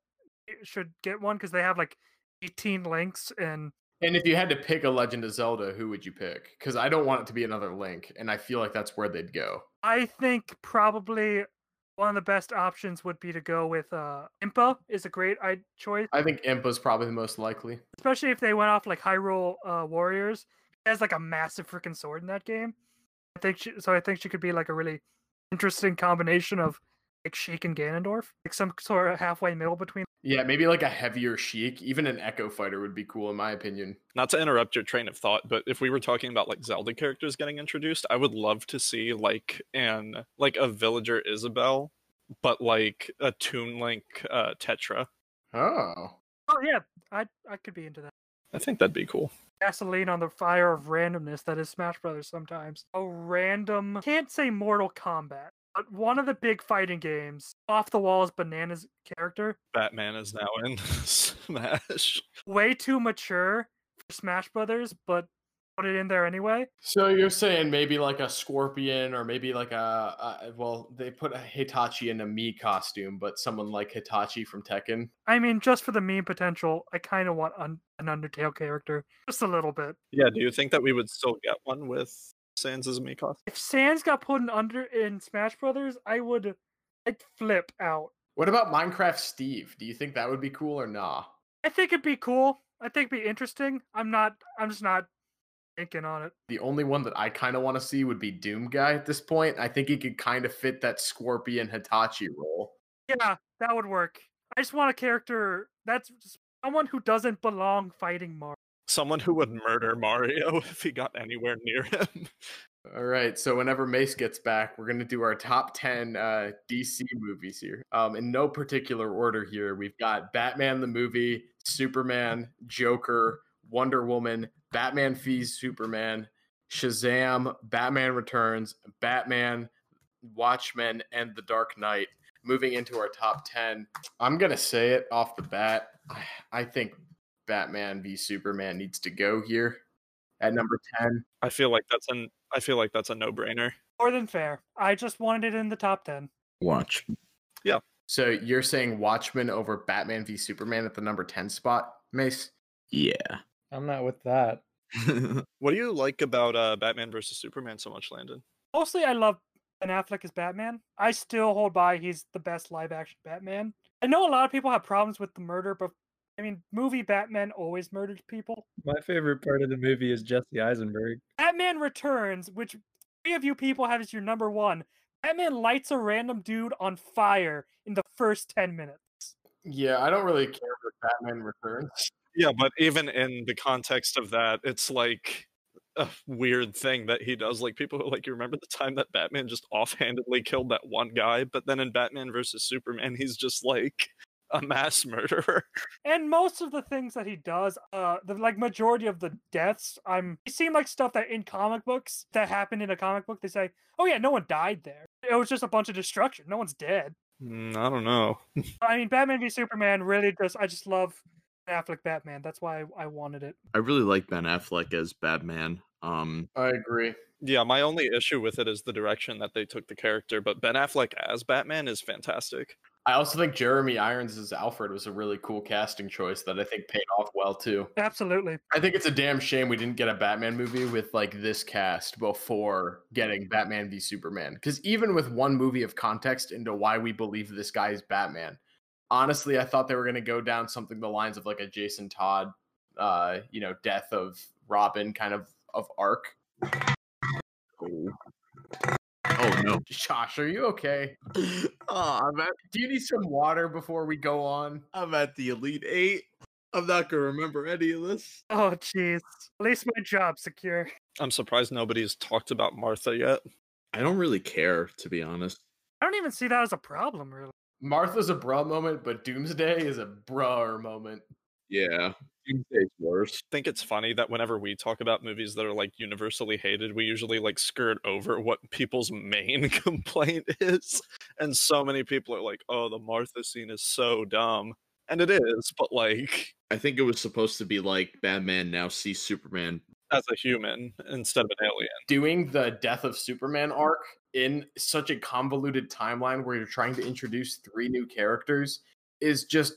S4: i- should get one because they have like 18 links and
S1: And if you had to pick a Legend of Zelda, who would you pick? Because I don't want it to be another Link, and I feel like that's where they'd go.
S4: I think probably one of the best options would be to go with uh Impa is a great I choice,
S1: I think Impa's probably the most likely.
S4: especially if they went off like Hyrule uh, Warriors. She has like a massive freaking sword in that game. I think she, so. I think she could be like a really interesting combination of like Sheik and Ganondorf, like some sort of halfway middle between.
S1: Yeah, maybe like a heavier Sheik. Even an Echo Fighter would be cool, in my opinion.
S3: not to interrupt your train of thought, but if we were talking about like Zelda characters getting introduced, I would love to see like an like a villager Isabel, but like a Toon Link uh, Tetra.
S1: Oh.
S4: Oh yeah, I I could be into that.
S3: I think that'd be cool.
S4: Gasoline on the fire of randomness that is Smash Brothers sometimes. A random can't say Mortal Kombat, but one of the big fighting games. Off the walls bananas character.
S3: Batman is now in Smash.
S4: Way too mature for Smash Brothers, but put it in there anyway.
S1: So you're saying maybe like a scorpion, or maybe like a, a well, they put a Hitachi in a me costume, but someone like Hitachi from Tekken.
S4: I mean, just for the meme potential, I kind of want un- an Undertale character, just a little bit.
S3: Yeah, do you think that we would still get one with Sans as Mikos?
S4: If Sans got put in under in Smash Brothers, I would, I'd flip out.
S1: What about Minecraft Steve? Do you think that would be cool or nah?
S4: I think it'd be cool. I think it'd be interesting. I'm not. I'm just not thinking on it.
S1: The only one that I kind of want to see would be Doom Guy at this point. I think he could kind of fit that scorpion Hitachi role.
S4: Yeah, that would work. I just want a character that's just someone who doesn't belong fighting Mario.
S3: Someone who would murder Mario if he got anywhere near him.
S1: All right, so whenever Mace gets back, we're gonna do our top ten uh, DC movies here. Um, in no particular order here, we've got Batman the movie, Superman, Joker, Wonder Woman, Batman Fees Superman, Shazam, Batman Returns, Batman, Watchmen, and The Dark Knight. Moving into our top ten, I'm gonna say it off the bat. I, I think Batman v Superman needs to go here at number ten.
S3: I feel like that's an I feel like that's a no brainer.
S4: More than fair. I just wanted it in the top ten.
S2: Watch.
S1: So you're saying Watchmen over Batman v Superman at the number 10 spot, Mace?
S2: Yeah.
S5: I'm not with that.
S3: What do you like about uh, Batman versus Superman so much, Landon?
S4: Mostly, I love Ben Affleck as Batman. I still hold by he's the best live action Batman. I know a lot of people have problems with the murder, but I mean, movie Batman always murders people.
S5: My favorite part of the movie is Jesse Eisenberg.
S4: Batman Returns, which three of you people have as your number one, Batman lights a random dude on fire in the first 10 minutes.
S1: Yeah, I don't really care for Batman Returns.
S3: Yeah, but even in the context of that, it's like a weird thing that he does. Like people are like, you remember the time that Batman just offhandedly killed that one guy, but then in Batman versus Superman, he's just like a mass murderer.
S4: And most of the things that he does, uh, the like majority of the deaths, I'm it seemed like stuff that in comic books that happened in a comic book, they say, oh yeah, no one died there. It was just a bunch of destruction. No one's dead.
S3: Mm, I don't know.
S4: I mean, Batman v Superman really just, I just love Ben Affleck Batman. That's why I, I wanted it.
S2: I really like Ben Affleck as Batman. Um,
S1: I agree.
S3: Yeah, my only issue with it is the direction that they took the character, but Ben Affleck as Batman is fantastic.
S1: I also think Jeremy Irons as Alfred was a really cool casting choice that I think paid off well too.
S4: Absolutely.
S1: I think it's a damn shame we didn't get a Batman movie with like this cast before getting Batman v Superman. Because even with one movie of context into why we believe this guy is Batman, honestly, I thought they were going to go down something the lines of like a Jason Todd, uh, you know, death of Robin kind of of arc.
S2: oh. oh no.
S1: Josh, are you okay?
S2: Ah, I'm at
S1: Do you need some water before we go on?
S2: I'm at the Elite Eight. I'm not gonna remember any of this.
S4: Oh, jeez. At least my job's secure.
S3: I'm surprised nobody's talked about Martha yet.
S2: I don't really care, to be honest.
S4: I don't even see that as a problem, really.
S1: Martha's a bruh moment, but Doomsday is a bruh moment.
S2: Yeah. Doomsday's worse.
S3: think it's funny that whenever we talk about movies that are like universally hated, we usually like skirt over what people's main complaint is. And so many people are like, oh, the Martha scene is so dumb. And it is, but like
S2: I think it was supposed to be like Batman now sees Superman.
S3: as a human instead of an alien.
S1: doing the death of Superman arc in such a convoluted timeline where you're trying to introduce three new characters is just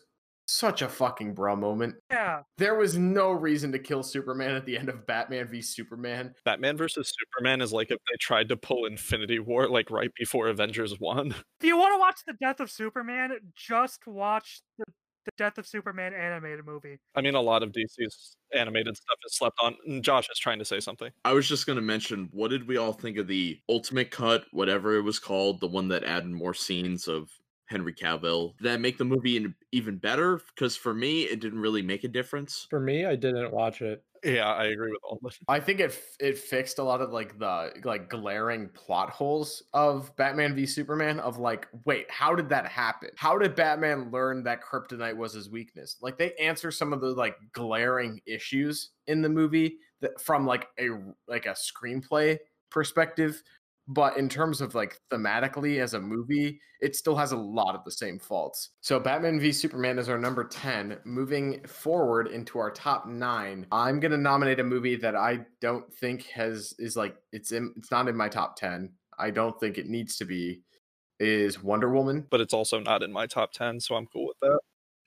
S1: such a fucking bra moment.
S4: Yeah.
S1: There was no reason to kill Superman at the end of Batman v Superman.
S3: Batman versus Superman is like if they tried to pull Infinity War like right before Avengers 1.
S4: If you want to watch the death of Superman, just watch the, the death of Superman animated movie.
S3: I mean, a lot of DC's animated stuff is slept on. And Josh is trying to say something.
S2: I was just gonna mention, what did we all think of the ultimate cut, whatever it was called, the one that added more scenes of Henry Cavill. Did that make the movie in- even better? Because for me, it didn't really make a difference.
S5: For me, I didn't watch it.
S3: Yeah, I agree with all of
S1: I think it f- it fixed a lot of like the like glaring plot holes of Batman v Superman of like wait how did that happen how did Batman learn that kryptonite was his weakness like they answer some of the like glaring issues in the movie that, from like a like a screenplay perspective but in terms of like thematically as a movie it still has a lot of the same faults so batman v superman is our number 10 moving forward into our top 9 i'm going to nominate a movie that i don't think has is like it's in it's not in my top 10 i don't think it needs to be is wonder woman
S3: but it's also not in my top 10, so I'm cool with that.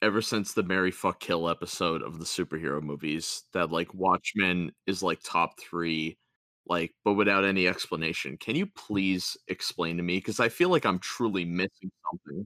S2: Ever since the Mary Fuck Kill episode of the superhero movies, that like Watchmen is like top three, like, but without any explanation. Can you please explain to me? Because I feel like I'm truly missing something.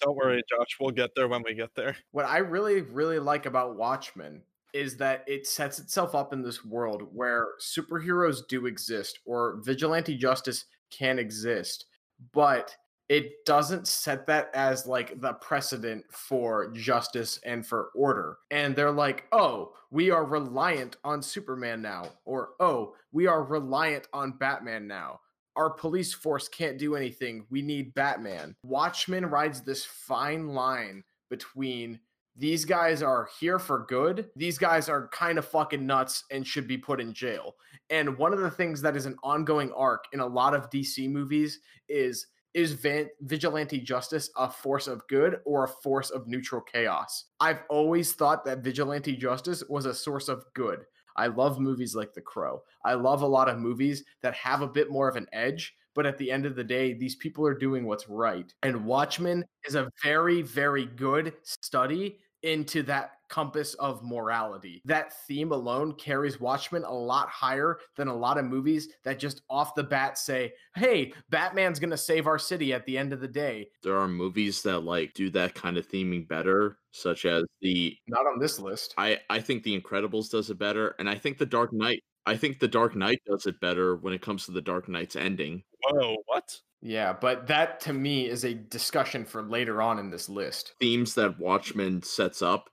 S3: Don't worry, Josh. We'll get there when we get there.
S1: what I really, really like about Watchmen is that it sets itself up in this world where superheroes do exist or vigilante justice can exist, but it doesn't set that as like the precedent for justice and for order. And they're like, oh, we are reliant on Superman now, or oh, we are reliant on Batman now our police force can't do anything. We need Batman. Watchmen rides this fine line between these guys are here for good, these guys are kind of fucking nuts and should be put in jail. And one of the things that is an ongoing arc in a lot of DC movies is is van- vigilante justice a force of good or a force of neutral chaos? I've always thought that vigilante justice was a source of good. I love movies like The Crow. I love a lot of movies that have a bit more of an edge, but at the end of the day, these people are doing what's right. And Watchmen is a very, very good study into that compass of morality. That theme alone carries Watchmen a lot higher than a lot of movies that just off the bat say, hey, Batman's going to save our city at the end of the day.
S2: There are movies that like do that kind of theming better, such as the
S1: Not on this list.
S2: I I think The Incredibles does it better, and I think The Dark Knight. I think The Dark Knight does it better when it comes to The Dark Knight's ending.
S3: Whoa, what?
S1: Yeah, but that to me is a discussion for later on in this list.
S2: Themes that Watchmen sets up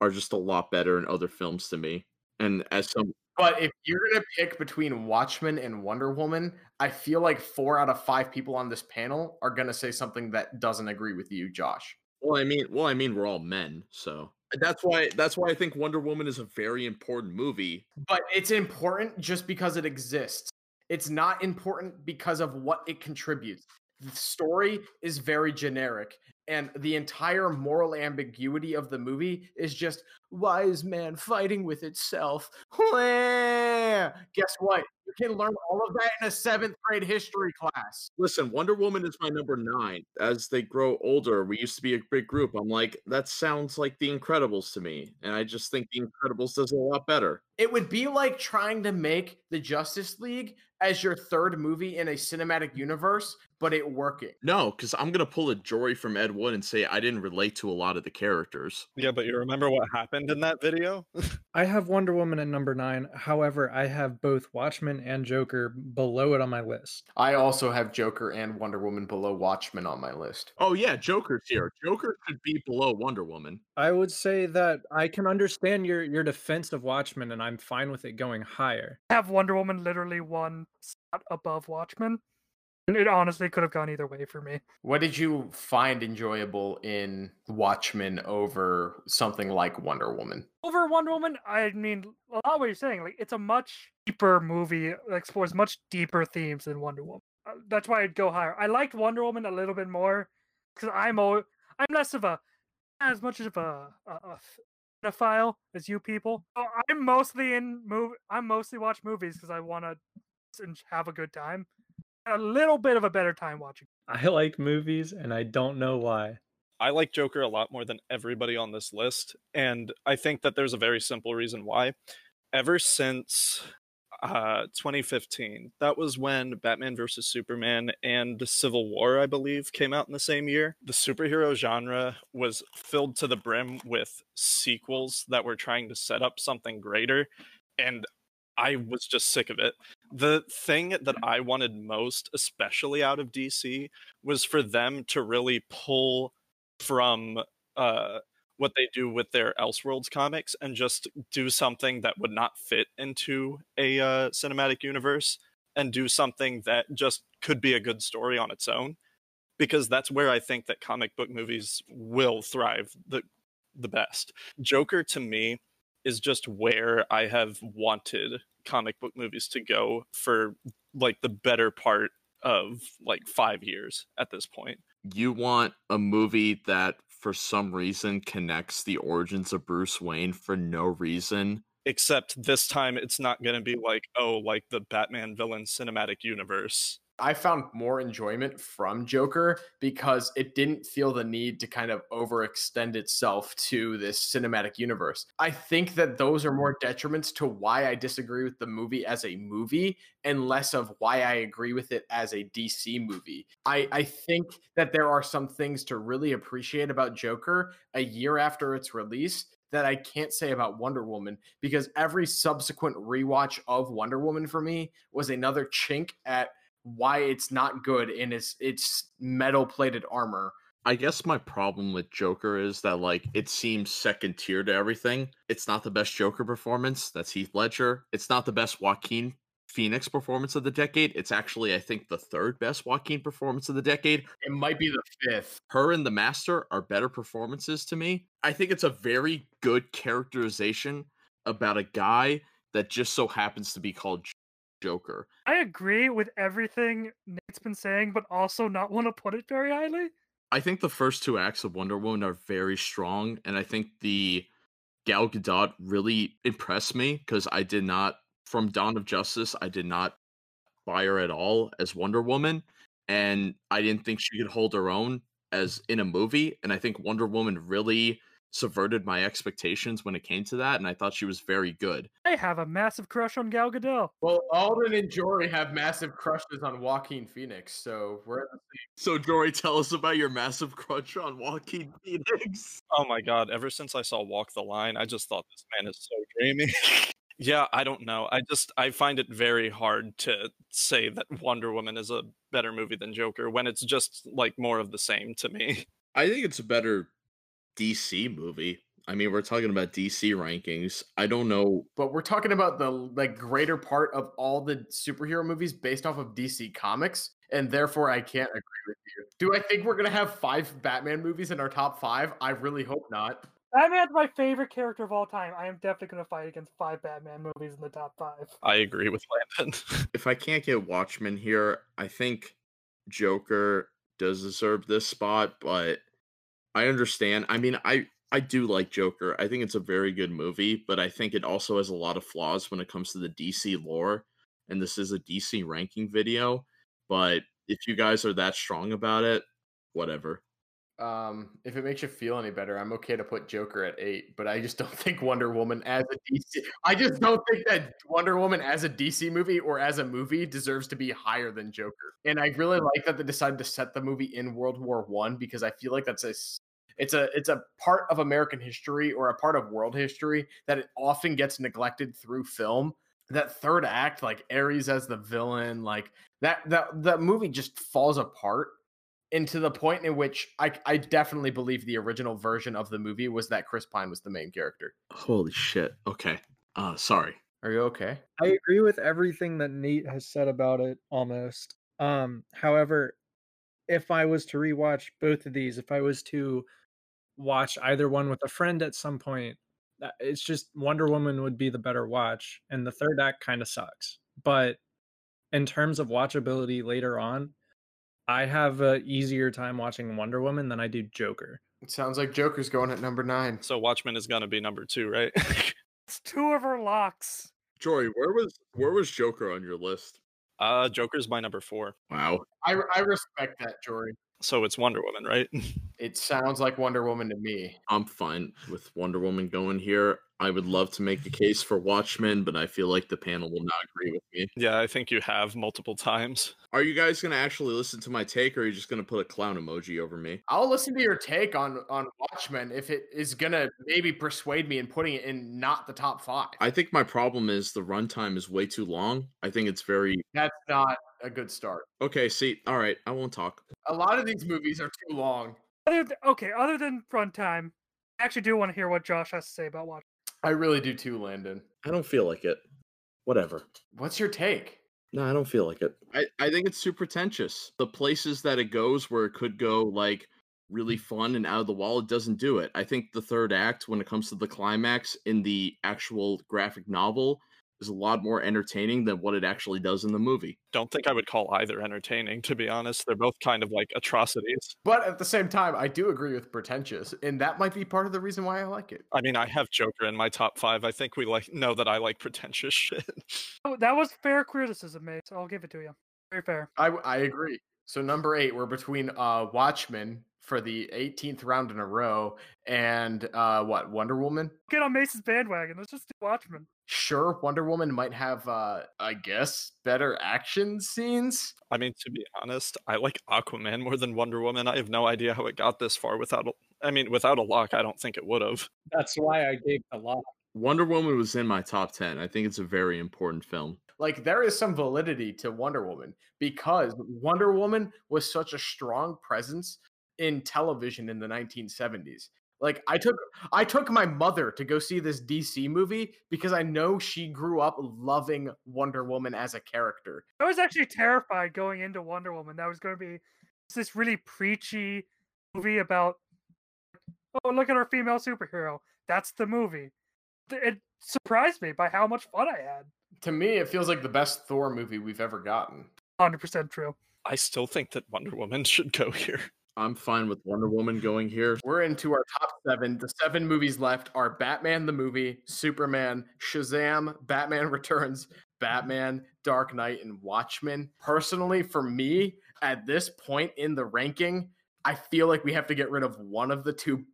S2: are just a lot better in other films to me. And as some,
S1: But if you're gonna pick between Watchmen and Wonder Woman, I feel like four out of five people on this panel are gonna say something that doesn't agree with you, Josh.
S2: well, I mean, well, I mean, we're all men, so that's why that's why I think Wonder Woman is a very important movie.
S1: But it's important just because it exists. It's not important because of what it contributes. The story is very generic, and the entire moral ambiguity of the movie is just wise man fighting with itself. Guess what? You can learn all of that in a seventh grade history class.
S2: Listen, Wonder Woman is my number nine. As they grow older, we used to be a big group. I'm like, that sounds like The Incredibles to me, and I just think The Incredibles does it a lot better.
S1: It would be like trying to make the Justice League as your third movie in a cinematic universe, but it working.
S2: No, because I'm gonna pull a Jory from Ed Wood and say I didn't relate to a lot of the characters.
S3: Yeah, but you remember what happened in that video?
S5: I have Wonder Woman at number nine. However, I have both Watchmen and Joker below it on my list.
S1: I also have Joker and Wonder Woman below Watchmen on my list.
S2: Oh yeah, Joker's here. Joker should be below Wonder Woman.
S5: I would say that I can understand your your defense of Watchmen, and I'm fine with it going higher.
S4: have Wonder Woman literally one spot above Watchmen. And it honestly could have gone either way for me.
S1: What did you find enjoyable in Watchmen over something like Wonder Woman?
S4: Over Wonder Woman, I mean, a lot of what you're saying, like it's a much deeper movie, it explores much deeper themes than Wonder Woman. Uh, That's why I'd go higher. I liked Wonder Woman a little bit more because I'm o- I'm less of a as much of a a, a f- cinephile as you people. So I'm mostly in move. I mostly watch movies because I want to have a good time. A little bit of a better time watching.
S5: I like movies, and I don't know why.
S3: I like Joker a lot more than everybody on this list, and I think that there's a very simple reason why. Ever since uh, 2015, that was when Batman vs Superman and Civil War, I believe, came out in the same year. The superhero genre was filled to the brim with sequels that were trying to set up something greater, and I was just sick of it. The thing that I wanted most, especially out of DC, was for them to really pull from uh, what they do with their Elseworlds comics and just do something that would not fit into a uh, cinematic universe and do something that just could be a good story on its own. Because that's where I think that comic book movies will thrive the the best. Joker to me is just where I have wanted comic book movies to go for like the better part of like five years at this point.
S2: You want a movie that for some reason connects the origins of Bruce Wayne for no reason.
S3: Except this time it's not going to be like, oh, like the Batman villain cinematic universe.
S1: I found more enjoyment from Joker because it didn't feel the need to kind of overextend itself to this cinematic universe. I think that those are more detriments to why I disagree with the movie as a movie and less of why I agree with it as a DC movie. I, I think that there are some things to really appreciate about Joker a year after its release that I can't say about Wonder Woman because every subsequent rewatch of Wonder Woman for me was another chink at why it's not good in its its metal plated armor.
S2: I guess my problem with Joker is that like it seems second tier to everything. It's not the best Joker performance. That's Heath Ledger. It's not the best Joaquin Phoenix performance of the decade. It's actually I think the third best Joaquin performance of the decade.
S1: It might be the fifth.
S2: Her and the Master are better performances to me. I think it's a very good characterization about a guy that just so happens to be called Joker.
S4: I agree with everything Nate's been saying, but also not want to put it very highly.
S2: I think the first two acts of Wonder Woman are very strong, and I think the Gal Gadot really impressed me because I did not, from Dawn of Justice, I did not buy her at all as Wonder Woman, and I didn't think she could hold her own as in a movie. And I think Wonder Woman really subverted my expectations when it came to that, and I thought she was very good.
S4: I have a massive crush on Gal Gadot.
S1: Well, Alden and Jory have massive crushes on Joaquin Phoenix, so we're at the same.
S2: So, Jory, tell us about your massive crunch on Joaquin Phoenix.
S3: Oh my god, ever since I saw Walk the Line, I just thought this man is so dreamy. yeah, I don't know. I just I find it very hard to say that Wonder Woman is a better movie than Joker when it's just like more of the same to me.
S2: I think it's a better DC movie. I mean, we're talking about DC rankings. I don't know.
S1: But we're talking about the like greater part of all the superhero movies based off of DC comics, and therefore I can't agree with you. Do I think we're gonna have five Batman movies in our top five? I really hope not.
S4: Batman's my favorite character of all time. I am definitely going to fight against five Batman movies in the top five.
S3: I agree with Landon.
S2: If I can't get Watchmen here, I think Joker does deserve this spot, but I understand. I mean, I I do like Joker. I think it's a very good movie, but I think it also has a lot of flaws when it comes to the DC lore. And this is a DC ranking video, but if you guys are that strong about it, whatever.
S1: Um, if it makes you feel any better, I'm okay to put Joker at eight, but I just don't think Wonder Woman as a DC. I just don't think that Wonder Woman as a DC movie or as a movie deserves to be higher than Joker. And I really like that they decided to set the movie in World War One because I feel like that's a s- it's a it's a part of American history or a part of world history that it often gets neglected through film. That third act, like Ares as the villain, like that that that movie just falls apart and to the point in which I, I definitely believe the original version of the movie was that Chris Pine was the main character.
S2: Holy shit. Okay. Uh sorry.
S1: Are you okay?
S5: I agree with everything that Nate has said about it almost. Um, however, if I was to rewatch both of these, if I was to watch either one with a friend at some point, uh, it's just Wonder Woman would be the better watch, and the third act kind of sucks. But in terms of watchability later on, I have a easier time watching Wonder Woman than I do Joker.
S1: It sounds like Joker's going at number nine.
S3: so Watchmen is gonna be number two, right?
S4: It's two of her locks.
S2: Jory, where was where was Joker on your list?
S3: uh Joker's my number four.
S2: Wow.
S1: I, I respect that, Jory.
S3: So it's Wonder Woman, right?
S1: It sounds like Wonder Woman to me.
S2: I'm fine with Wonder Woman going here. I would love to make a case for Watchmen, but I feel like the panel will not agree with me.
S3: Yeah, I think you have multiple times.
S2: Are you guys going to actually listen to my take, or are you just going to put a clown emoji over me?
S1: I'll listen to your take on on Watchmen if it is gonna maybe persuade me in putting it in not the top five.
S2: I think my problem is the runtime is way too long. I think it's very
S1: That's not a good start.
S2: okay. See, all right, I won't talk.
S1: A lot of these movies are too long.
S4: Other th- okay, other than runtime, I actually do want to hear what Josh has to say about Watchmen.
S1: I really do too, Landon.
S2: I don't feel like it. Whatever.
S1: What's your take?
S2: No, I don't feel like it. I, I think it's too pretentious. The places that it goes where it could go like really fun and out of the wall, it doesn't do it. I think the third act, when it comes to the climax in the actual graphic novel, is a lot more entertaining than what it actually does in the movie.
S3: Don't think I would call either entertaining, to be honest. They're both kind of like atrocities.
S1: But at the same time, I do agree with pretentious, and that might be part of the reason why I like it.
S3: I mean, I have Joker in my top five. I think we like know that I like pretentious shit.
S4: Oh, that was fair criticism, mate. So I'll give it to you. Very fair.
S1: I I agree. So number eight, we're between uh Watchmen for the 18th round in a row and uh what Wonder Woman.
S4: Get on Mace's bandwagon. Let's just do Watchmen.
S1: Sure, Wonder Woman might have uh I guess better action scenes.
S3: I mean, to be honest, I like Aquaman more than Wonder Woman. I have no idea how it got this far without. A, I mean, without a lock, I don't think it would have.
S5: That's why I gave the lock.
S2: Wonder Woman was in my top 10. I think it's a very important film.
S1: Like there is some validity to Wonder Woman because Wonder Woman was such a strong presence in television in the 1970s. Like I took I took my mother to go see this DC movie because I know she grew up loving Wonder Woman as a character.
S4: I was actually terrified going into Wonder Woman. That was going to be this really preachy movie about, oh, look at our female superhero. That's the movie. Th- It surprised me by how much fun I had.
S1: To me, it feels like the best Thor movie we've ever gotten.
S4: 100% true.
S3: I still think that Wonder Woman should go here.
S2: I'm fine with Wonder Woman going here.
S1: We're into our top seven. The seven movies left are Batman the movie, Superman, Shazam, Batman Returns, Batman, Dark Knight, and Watchmen. Personally, for me, at this point in the ranking, I feel like we have to get rid of one of the two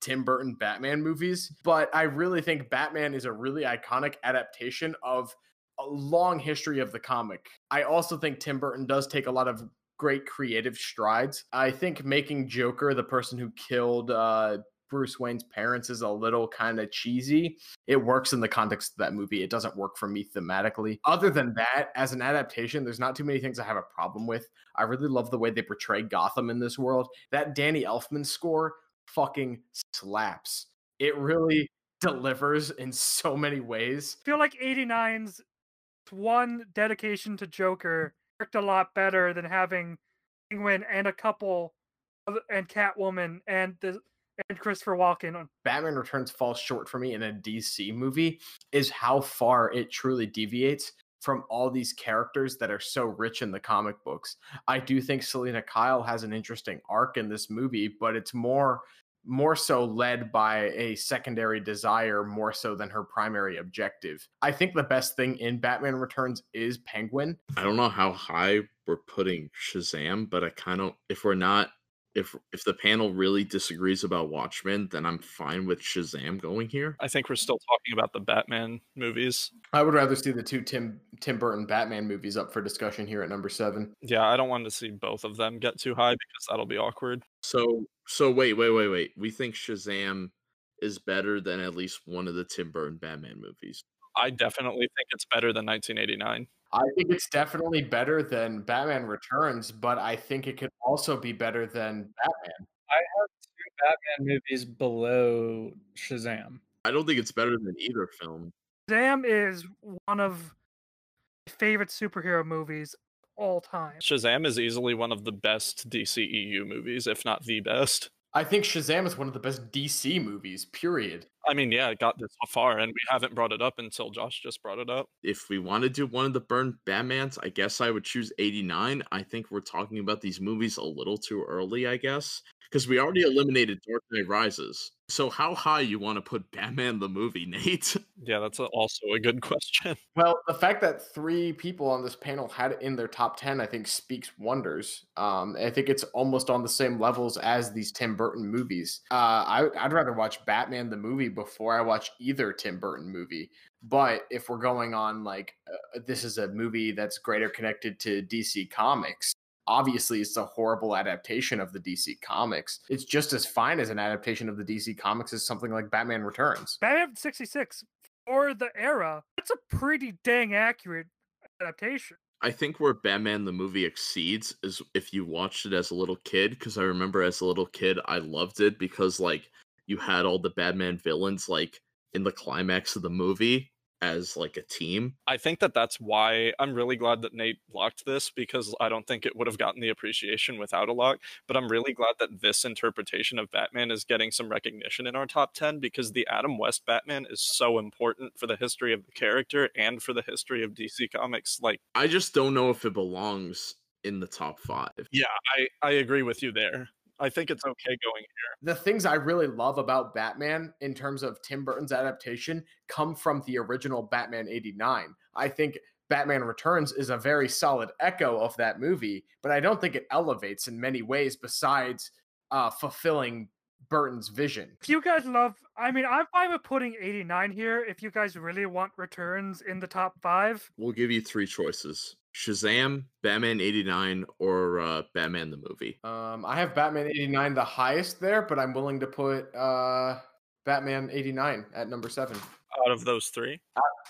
S1: Tim Burton Batman movies. But I really think Batman is a really iconic adaptation of a long history of the comic. I also think Tim Burton does take a lot of great creative strides. I think making Joker the person who killed uh, Bruce Wayne's parents is a little kind of cheesy. It works in the context of that movie. It doesn't work for me thematically. Other than that, as an adaptation, there's not too many things I have a problem with. I really love the way they portray Gotham in this world. That Danny Elfman score fucking slaps. It really delivers in so many ways.
S4: feel like 89's one dedication to Joker worked a lot better than having Penguin and a couple of, and Catwoman and the and Christopher Walken on
S1: Batman Returns falls short for me in a DC movie is how far it truly deviates from all these characters that are so rich in the comic books. I do think Selena Kyle has an interesting arc in this movie, but it's more more so led by a secondary desire more so than her primary objective. I think the best thing in Batman Returns is Penguin.
S2: I don't know how high we're putting Shazam, but I kind of if we're not if if the panel really disagrees about Watchmen, then I'm fine with Shazam going here.
S3: I think we're still talking about the Batman movies.
S1: I would rather see the two Tim Tim Burton Batman movies up for discussion here at number 7.
S3: Yeah, I don't want to see both of them get too high because that'll be awkward.
S2: So so wait, wait, wait, wait. We think Shazam is better than at least one of the Tim Burton Batman movies.
S3: I definitely think it's better than 1989.
S1: I think it's definitely better than Batman Returns, but I think it could also be better than Batman.
S5: I have two Batman movies below Shazam.
S2: I don't think it's better than either film.
S4: Shazam is one of my favorite superhero movies of all time.
S3: Shazam is easily one of the best DCEU movies, if not the best.
S1: I think Shazam is one of the best DC movies, period.
S3: I mean, yeah, it got this far, and we haven't brought it up until Josh just brought it up.
S2: If we want to do one of the Burn Batmans, I guess I would choose 89. I think we're talking about these movies a little too early, I guess, because we already eliminated Dark Knight Rises. So how high you want to put Batman the movie, Nate?
S3: Yeah, that's a, also a good question.
S1: Well, the fact that three people on this panel had it in their top ten, I think, speaks wonders. Um, I think it's almost on the same levels as these Tim Burton movies. Uh, I, I'd rather watch Batman the movie before I watch either Tim Burton movie. But if we're going on like uh, this is a movie that's greater connected to DC Comics, obviously it's a horrible adaptation of the DC comics. It's just as fine as an adaptation of the DC comics as something like Batman Returns.
S4: Batman 66 for the era, that's a pretty dang accurate adaptation.
S2: I think where Batman the movie exceeds is if you watched it as a little kid, because I remember as a little kid I loved it because like you had all the Batman villains like in the climax of the movie as like a team.
S3: I think that that's why I'm really glad that Nate blocked this because I don't think it would have gotten the appreciation without a lock. But I'm really glad that this interpretation of Batman is getting some recognition in our top 10 because the Adam West Batman is so important for the history of the character and for the history of DC Comics. Like,
S2: I just don't know if it belongs in the top five.
S3: yeah, I, I agree with you there. I think it's okay going
S1: The
S3: here.
S1: things I really love about Batman in terms of Tim Burton's adaptation come from the original Batman 89. I think Batman Returns is a very solid echo of that movie, but I don't think it elevates in many ways besides uh, fulfilling Burton's vision.
S4: If you guys love, I mean, I'm fine with putting 89 here if you guys really want returns in the top five.
S2: We'll give you three choices. Shazam, Batman 89, or uh, Batman the movie.
S1: Um, I have Batman 89 the highest there, but I'm willing to put uh, Batman 89 at number seven.
S3: Out of those three,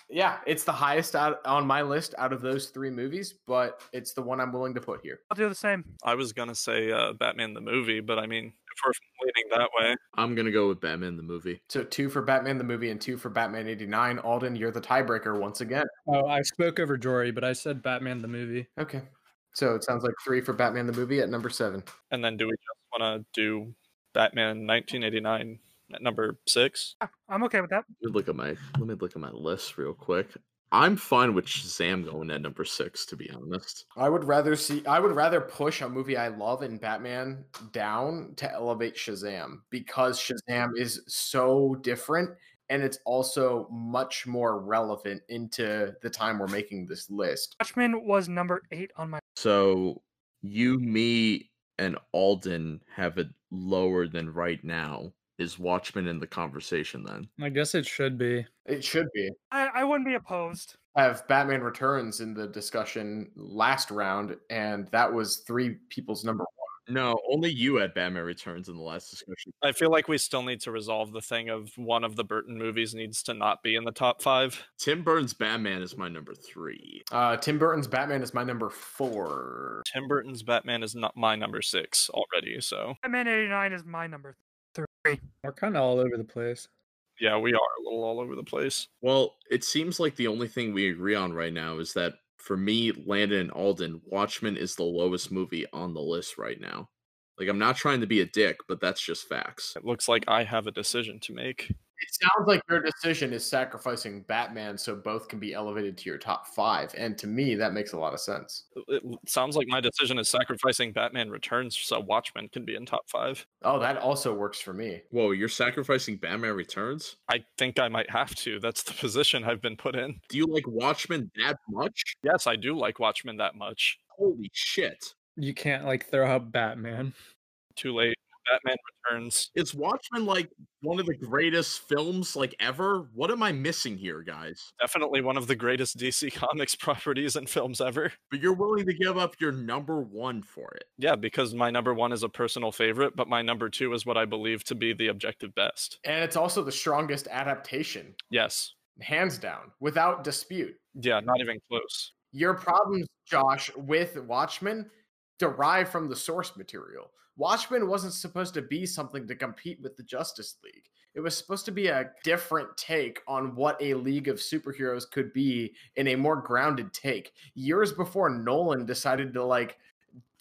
S1: Yeah, it's the highest out on my list out of those three movies, but it's the one I'm willing to put here.
S4: I'll do the same.
S3: I was going to say uh, Batman the movie, but I mean, if we're leaning that way,
S2: I'm gonna go with Batman the movie.
S1: So two for Batman the movie and two for Batman 89. Alden, you're the tiebreaker once again.
S5: Oh, I spoke over Jory, but I said Batman the movie.
S1: Okay. So it sounds like three for Batman the movie at number seven.
S3: and then do we just want to do Batman 1989 at number six?
S4: Yeah, I'm okay with that.
S2: Let me look at my let me look at my list real quick. I'm fine with Shazam going at number six, to be honest.
S1: I would rather see I would rather push a movie I love in Batman down to elevate Shazam because Shazam is so different and it's also much more relevant into the time we're making this list.
S4: Watchmen was number eight on my.
S2: So you, me, and Alden have it lower than right now. Is Watchmen in the conversation then?
S5: I guess it should be.
S1: It should be.
S4: I, I wouldn't be opposed.
S1: have Batman Returns in the discussion last round, and that was three people's number one.
S2: No, only you had Batman Returns in the last discussion.
S3: I feel like we still need to resolve the thing of one of the Burton movies needs to not be in the top five.
S2: Tim Burns Batman is my number three.
S1: Uh, Tim Burton's Batman is my number four.
S3: Tim Burton's Batman is not my number six already, so
S4: Batman 89 is my number three.
S5: We're kind of all over the place.
S3: yeah, we are a little all over the place.
S2: Well, it seems like the only thing we agree on right now is that for me, Landon and Alden, Watchmen is the lowest movie on the list right now. Like I'm not trying to be a dick, but that's just facts.
S3: It looks like I have a decision to make.
S1: It sounds like your decision is sacrificing Batman so both can be elevated to your top five, and to me, that makes a lot of sense.
S3: It l- sounds like my decision is sacrificing Batman Returns so Watchmen can be in top five.
S1: Oh, that also works for me.
S2: Whoa, you're sacrificing Batman Returns?
S3: I think I might have to. That's the position I've been put in.
S2: Do you like Watchmen that much?
S3: Yes, I do like Watchmen that much.
S2: Holy shit.
S5: You can't like throw out Batman.
S3: Too late. Batman Returns.
S2: Is Watchmen like one of the greatest films like ever? What am I missing here, guys?
S3: Definitely one of the greatest DC Comics properties and films ever.
S2: But you're willing to give up your number one for it.
S3: Yeah, because my number one is a personal favorite, but my number two is what I believe to be the objective best.
S1: And it's also the strongest adaptation,
S3: Yes.
S1: hands down, without dispute.
S3: Yeah, not even close.
S1: your problems, Josh, with Watchmen derive from the source material. Watchmen wasn't supposed to be something to compete with the Justice League. It was supposed to be a different take on what a League of Superheroes could be in a more grounded take. Years before Nolan decided to like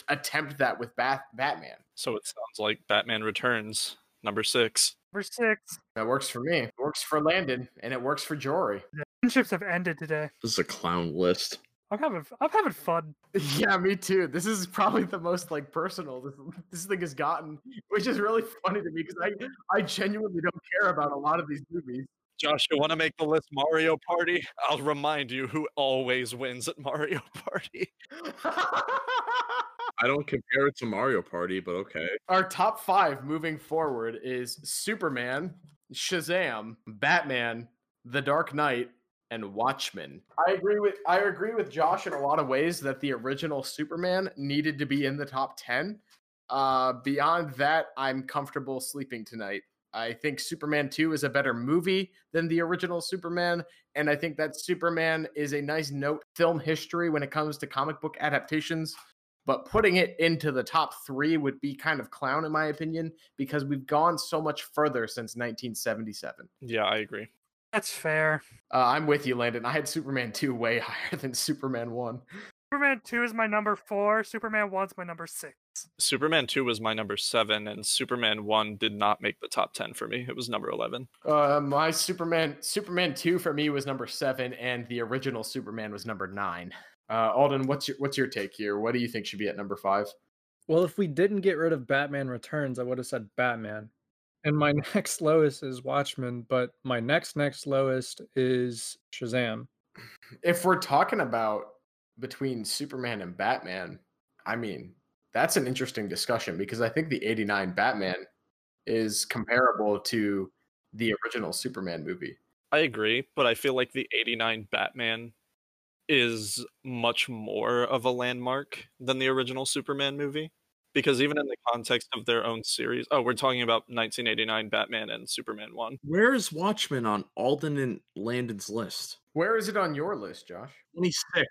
S1: attempt that with Bat- Batman.
S3: So it sounds like Batman Returns, number six.
S4: Number six.
S1: That works for me. It works for Landon and it works for Jory.
S4: Friendships have ended today.
S2: This is a clown list.
S4: I'm having I'm having fun.
S1: Yeah, me too. This is probably the most like personal this, this thing has gotten, which is really funny to me because I I genuinely don't care about a lot of these movies.
S3: Josh, you want to make the list Mario Party? I'll remind you who always wins at Mario Party.
S2: I don't compare it to Mario Party, but okay.
S1: Our top five moving forward is Superman, Shazam, Batman, The Dark Knight, and Watchmen. I agree with I agree with Josh in a lot of ways that the original Superman needed to be in the top ten. Uh, beyond that, I'm comfortable sleeping tonight. I think Superman 2 is a better movie than the original Superman. And I think that Superman is a nice note film history when it comes to comic book adaptations. But putting it into the top three would be kind of clown, in my opinion, because we've gone so much further since 1977.
S3: Yeah, I agree.
S4: That's fair.
S1: Uh, I'm with you, Landon. I had Superman 2 way higher than Superman 1.
S4: Superman two is my number four. Superman one's my number six.
S3: Superman 2 was my number 7 and Superman 1 did not make the top 10 for me. It was number 11.
S1: Uh, my Superman Superman 2 for me was number 7 and the original Superman was number 9. Uh, Alden, what's your what's your take here? What do you think should be at number 5?
S5: Well, if we didn't get rid of Batman Returns, I would have said Batman. And my next lowest is Watchmen, but my next next lowest is Shazam.
S1: If we're talking about between Superman and Batman, I mean, that's an interesting discussion because I think the 89 Batman is comparable to the original Superman movie.
S3: I agree, but I feel like the 89 Batman is much more of a landmark than the original Superman movie because even in the context of their own series, oh, we're talking about 1989 Batman and Superman 1.
S2: Where is Watchmen on Alden and Landon's list?
S1: Where is it on your list, Josh?
S2: 26.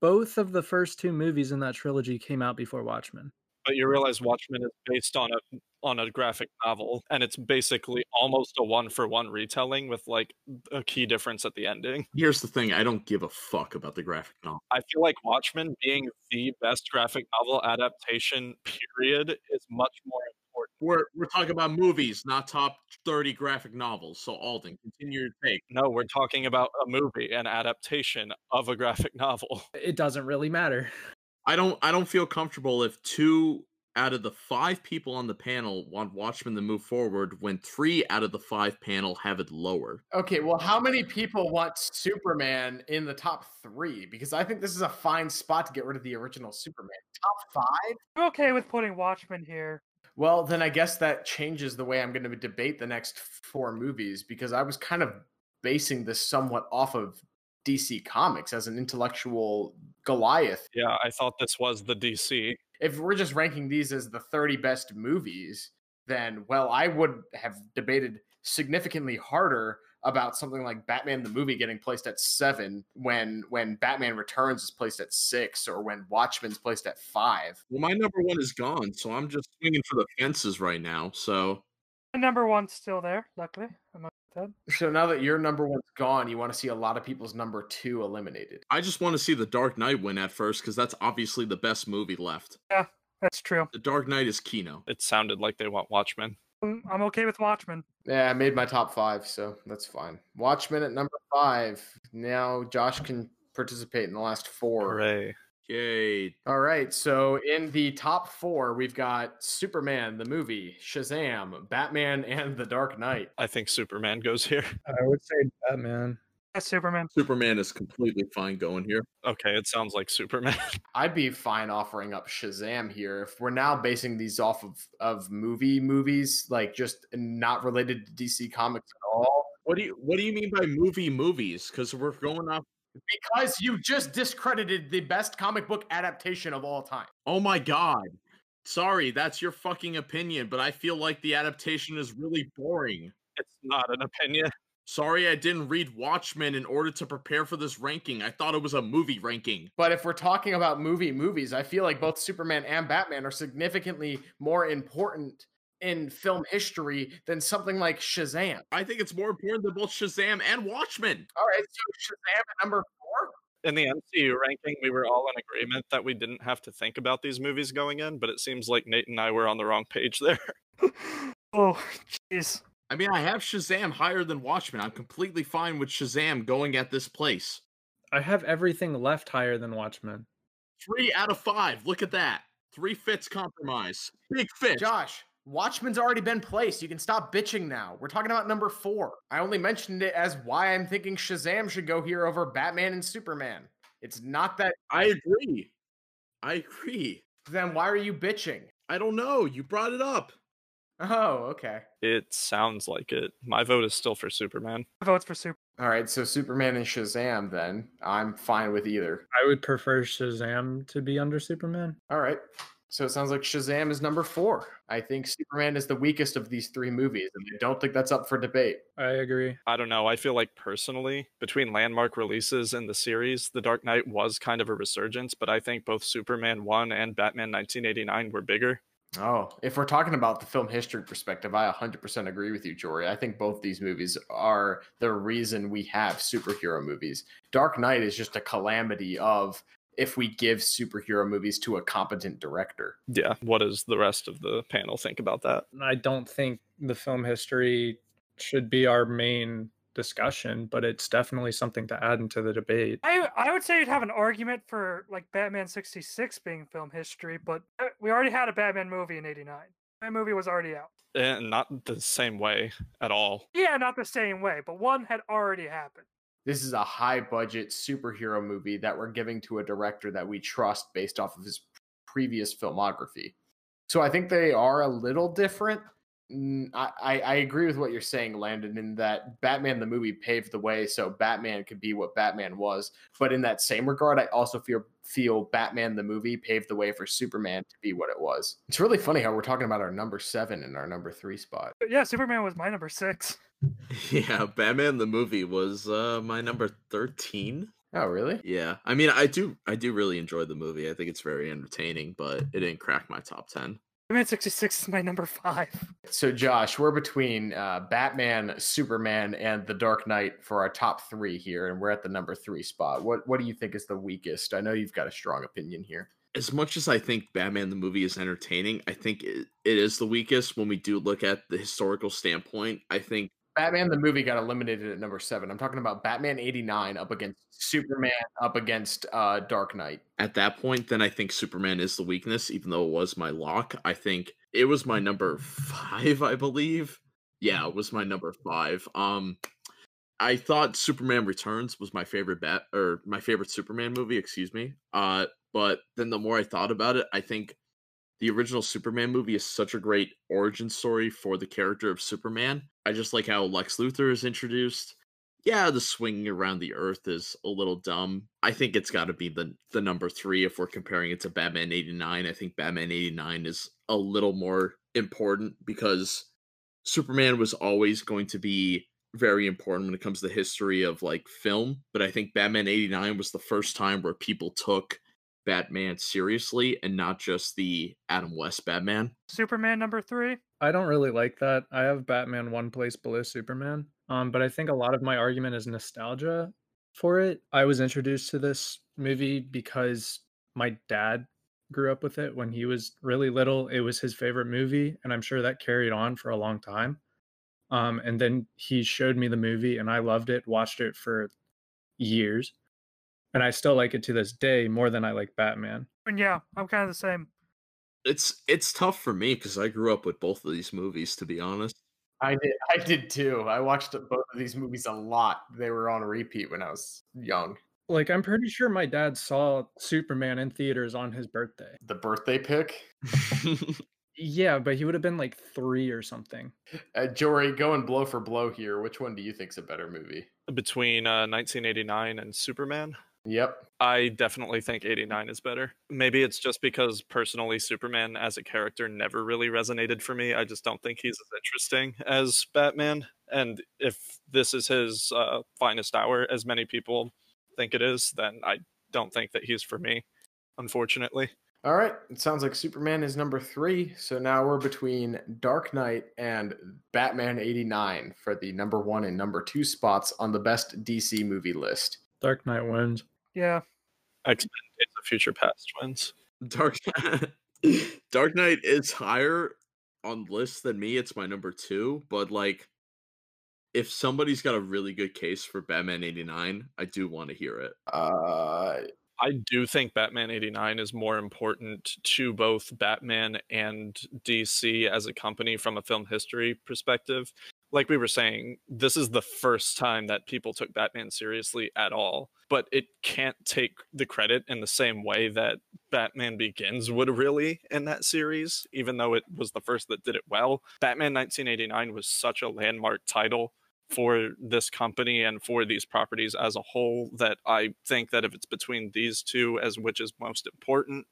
S5: Both of the first two movies in that trilogy came out before Watchmen.
S3: But you realize Watchmen is based on a on a graphic novel and it's basically almost a one for one retelling with like a key difference at the ending.
S2: Here's the thing I don't give a fuck about the graphic novel.
S3: I feel like Watchmen being the best graphic novel adaptation period is much more important.
S2: We're, we're talking about movies, not top 30 graphic novels. So, Alden, continue your take.
S3: No, we're talking about a movie, an adaptation of a graphic novel.
S5: It doesn't really matter.
S2: I don't I don't feel comfortable if two out of the five people on the panel want Watchmen to move forward when three out of the five panel have it lower.
S1: Okay, well, how many people want Superman in the top three? Because I think this is a fine spot to get rid of the original Superman. Top five?
S4: I'm okay with putting Watchmen here.
S1: Well, then I guess that changes the way I'm going to debate the next four movies because I was kind of basing this somewhat off of DC Comics as an intellectual Goliath.
S3: Yeah, I thought this was the DC.
S1: If we're just ranking these as the 30 best movies, then, well, I would have debated significantly harder about something like Batman the movie getting placed at seven when when Batman Returns is placed at six or when Watchmen's placed at five.
S2: Well, my number one is gone, so I'm just swinging for the fences right now. So
S4: My number one's still there, luckily. I'm not dead.
S1: So now that your number one's gone, you want to see a lot of people's number two eliminated.
S2: I just want to see The Dark Knight win at first because that's obviously the best movie left.
S4: That's true.
S2: The Dark Knight is Kino.
S3: It sounded like they want Watchmen.
S4: Mm, I'm okay with Watchmen.
S1: Yeah, I made my top five, so that's fine. Watchmen at number five. Now Josh can participate in the last four.
S3: Hooray.
S2: Yay.
S1: All right, so in the top four, we've got Superman, the movie, Shazam, Batman, and The Dark Knight.
S3: I think Superman goes here.
S5: I would say Batman.
S4: Yeah, Superman.
S2: Superman is completely fine going here.
S3: Okay, it sounds like Superman.
S1: I'd be fine offering up Shazam here if we're now basing these off of, of movie movies, like just not related to DC Comics at all.
S2: What do you what do you mean by movie movies? Because we're going off
S1: Because you just discredited the best comic book adaptation of all time.
S2: Oh my god. Sorry, that's your fucking opinion, but I feel like the adaptation is really boring.
S3: it's not an opinion.
S2: Sorry I didn't read Watchmen in order to prepare for this ranking. I thought it was a movie ranking.
S1: But if we're talking about movie movies, I feel like both Superman and Batman are significantly more important in film history than something like Shazam.
S2: I think it's more important than both Shazam and Watchmen.
S1: All right, so Shazam at number four.
S3: In the MCU ranking, we were all in agreement that we didn't have to think about these movies going in, but it seems like Nate and I were on the wrong page there.
S4: Oh, jeez.
S2: I mean, I have Shazam higher than Watchmen. I'm completely fine with Shazam going at this place.
S5: I have everything left higher than Watchmen.
S2: Three out of five. Look at that. Three fits compromise. Big fit.
S1: Josh, Watchmen's already been placed. You can stop bitching now. We're talking about number four. I only mentioned it as why I'm thinking Shazam should go here over Batman and Superman. It's not that.
S2: I agree. I agree.
S1: Then why are you bitching?
S2: I don't know. You brought it up.
S1: Oh, okay.
S3: It sounds like it. My vote is still for Superman.
S4: Votes for Super.
S1: All right, so Superman and Shazam, then. I'm fine with either.
S5: I would prefer Shazam to be under Superman.
S1: All right. So it sounds like Shazam is number four. I think Superman is the weakest of these three movies, and I don't think that's up for debate.
S5: I agree.
S3: I don't know. I feel like personally, between landmark releases and the series, The Dark Knight was kind of a resurgence, but I think both Superman 1 and Batman 1989 were bigger.
S1: Oh, if we're talking about the film history perspective, I 100% agree with you, Jory. I think both these movies are the reason we have superhero movies. Dark Knight is just a calamity of if we give superhero movies to a competent director.
S3: Yeah. What does the rest of the panel think about that?
S5: I don't think the film history should be our main discussion, but it's definitely something to add into the debate.
S4: I I would say you'd have an argument for like Batman sixty six being film history, but uh, we already had a Batman movie in eighty nine. That movie was already out.
S3: And not the same way at all.
S4: Yeah, not the same way, but one had already happened.
S1: This is a high budget superhero movie that we're giving to a director that we trust based off of his previous filmography. So I think they are a little different, Mm, I, I I agree with what you're saying, Landon, in that Batman the movie paved the way so Batman could be what Batman was. But in that same regard, I also feel feel Batman the movie paved the way for Superman to be what it was. It's really funny how we're talking about our number seven and our number three spot.
S4: But yeah, Superman was my number six.
S2: Yeah, Batman the movie was uh my number 13.
S1: Oh, really?
S2: Yeah. I mean, I do I do really enjoy the movie. I think it's very entertaining, but it didn't crack my top 10.
S4: Batman sixty six is my number five.
S1: So, Josh, we're between uh, Batman, Superman, and The Dark Knight for our top three here, and we're at the number three spot. What What do you think is the weakest? I know you've got a strong opinion here.
S2: As much as I think Batman the movie is entertaining, I think it, it is the weakest when we do look at the historical standpoint. I think
S1: Batman the movie got eliminated at number seven. I'm talking about Batman '89 up against Superman up against uh, Dark Knight.
S2: at that point, then I think Superman is the weakness, even though it was my lock. I think it was my number five, I believe. Yeah, it was my number five. Um, I thought Superman Returns was my favorite bat or my favorite Superman movie, excuse me. Uh, but then the more I thought about it, I think the original Superman movie is such a great origin story for the character of Superman. I just like how Lex Luthor is introduced yeah, the swinging around the Earth is a little dumb. I think it's got to be the the number three if we're comparing it to Batman '89. I think Batman '89 is a little more important because Superman was always going to be very important when it comes to the history of like film. But I think Batman '89 was the first time where people took Batman seriously and not just the Adam West Batman.
S4: Superman number three.
S5: I don't really like that. I have Batman one place below Superman. Um, but I think a lot of my argument is nostalgia for it. I was introduced to this movie because my dad grew up with it when he was really little. It was his favorite movie, and I'm sure that carried on for a long time. Um, and then he showed me the movie, and I loved it, watched it for years. And I still like it to this day more than I like Batman.
S4: And yeah, I'm kind of the same.
S2: It's it's tough for me because I grew up with both of these movies. To be honest,
S1: I did. I did too. I watched both of these movies a lot. They were on repeat when I was young.
S5: Like, I'm pretty sure my dad saw Superman in theaters on his birthday.
S1: The birthday pick.
S5: Yeah, but he would have been like three or something.
S1: Uh, Jory, going blow for blow here. Which one do you think's a better movie?
S3: Between uh, 1989 and Superman,
S1: Yep.
S3: I definitely think 89 is better. Maybe it's just because personally, Superman as a character never really resonated for me. I just don't think he's as interesting as Batman. And if this is his uh, finest hour, as many people think it is, then I don't think that he's for me, unfortunately.
S1: All right. It sounds like Superman is number three. So now we're between Dark Knight and Batman 89 for the number one and number two spots on the best DC movie list.
S5: Dark Knight wins.
S4: Yeah,
S3: X Men Days of Future Past wins.
S2: Dark Dark Knight is higher on list than me. It's my number two, but like if somebody's got a really good case for Batman 89, I do want to hear it.
S1: Uh,
S3: I do think Batman 89 is more important to both Batman and DC as a company from a film history perspective. Like we were saying, this is the first time that people took Batman seriously at all, but it can't take the credit in the same way that Batman Begins would really in that series, even though it was the first that did it well. Batman 1989 was such a landmark title for this company and for these properties as a whole that I think that if it's between these two as which is most important,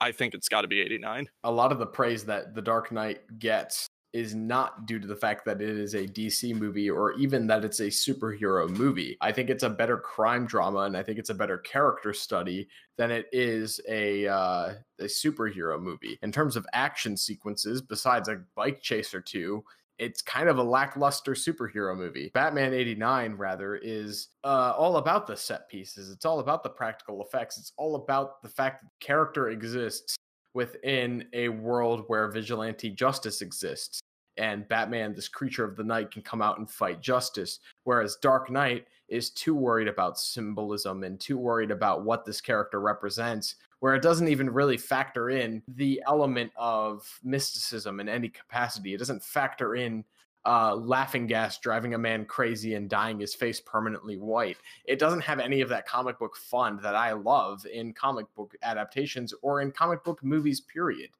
S3: I think it's got to be 89.
S1: a lot of the praise that The Dark Knight gets is not due to the fact that it is a DC movie or even that it's a superhero movie. I think it's a better crime drama and I think it's a better character study than it is a uh, a superhero movie. In terms of action sequences, besides a bike chase or two, it's kind of a lackluster superhero movie. Batman 89, rather, is uh, all about the set pieces. It's all about the practical effects. It's all about the fact that character exists within a world where vigilante justice exists. And Batman, this creature of the night, can come out and fight justice. Whereas Dark Knight is too worried about symbolism and too worried about what this character represents, where it doesn't even really factor in the element of mysticism in any capacity. It doesn't factor in uh, laughing gas driving a man crazy and dyeing his face permanently white it doesn't have any of that comic book fun that I love in comic book adaptations or in comic book movies, period.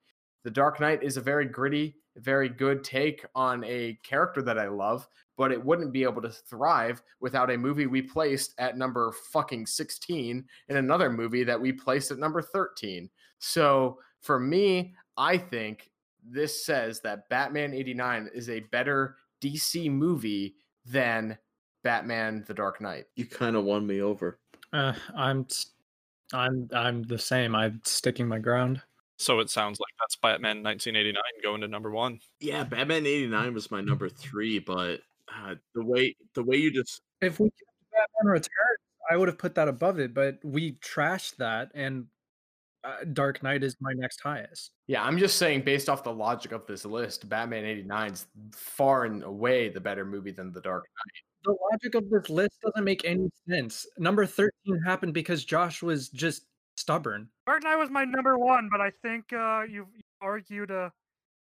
S1: The Dark Knight is a very gritty, very good take on a character that I love, but it wouldn't be able to thrive without a movie we placed at number fucking 16 and another movie that we placed at number 13. So for me, I think this says that Batman 89 is a better DC movie than Batman The Dark Knight.
S2: You kind of won me over.
S5: Uh, I'm, s- I'm, I'm the same. I'm sticking my ground.
S3: So it sounds like that's Batman 1989 going to number one.
S2: Yeah, Batman 89 was my number 3, but uh, the way the way you just
S5: If we kept Batman Returns, I would have put that above it, but we trashed that, and uh, Dark Knight is my next highest.
S1: Yeah, I'm just saying, based off the logic of this list, Batman 89's far and away the better movie than The Dark Knight.
S5: The logic of this list doesn't make any sense. Number thirteen happened because Josh was just stubborn.
S4: Dark Knight was my number one, but I think uh, you you argued. Uh,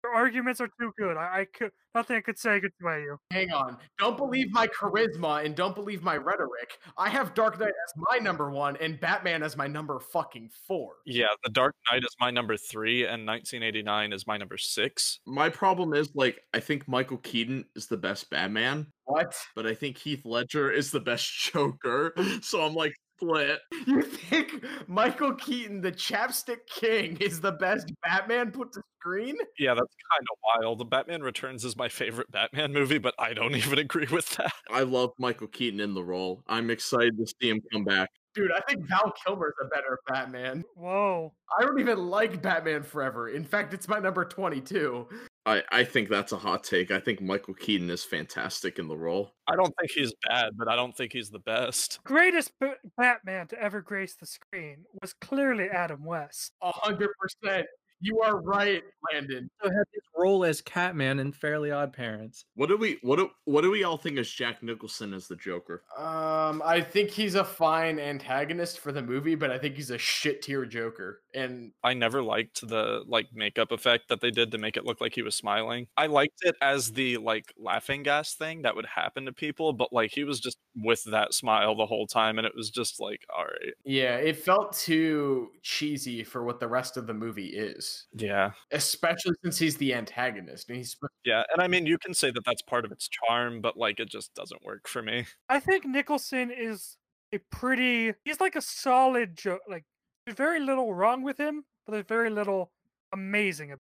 S4: your arguments are too good. I, I could nothing I could say could sway you.
S1: Hang on. Don't believe my charisma and don't believe my rhetoric. I have Dark Knight as my number one and Batman as my number fucking four.
S3: Yeah, The Dark Knight is my number three, and 1989 is my number six.
S2: my problem is like I think Michael Keaton is the best Batman,
S1: What?
S2: but I think Heath Ledger is the best Joker. So I'm like split.
S1: You think Michael Keaton, the Chapstick King, is the best Batman put to screen?
S3: Yeah, that's kind of wild. Batman Returns is my favorite Batman movie, but I don't even agree with that.
S2: I love Michael Keaton in the role. I'm excited to see him come back.
S1: Dude, I think Val Kilmer's a better Batman.
S4: Whoa.
S1: I don't even like Batman Forever. In fact, it's my number 22.
S2: I, I think that's a hot take. I think Michael Keaton is fantastic in the role.
S3: I don't think he's bad, but I don't think he's the best.
S4: Greatest b- Batman to ever grace the screen was clearly Adam West.
S1: A hundred percent. You are right, Landon.
S5: So had his role as Catman in Fairly Odd Parents.
S2: What do we what do what do we all think is Jack Nicholson as the Joker?
S1: Um, I think he's a fine antagonist for the movie, but I think he's a shit tier Joker. And
S3: I never liked the like makeup effect that they did to make it look like he was smiling. I liked it as the like laughing gas thing that would happen to people, but like he was just with that smile the whole time and it was just like, all right.
S1: yeah, it felt too cheesy for what the rest of the movie is,
S3: Yeah.
S1: especially since he's the antagonist and he's supposed
S3: Yeah, and I mean you can say that that's part of its charm, but like it just doesn't work for me.
S4: I think Nicholson is a pretty. He's like a solid joke. Like there's very little wrong with him, but there's very little amazing ab-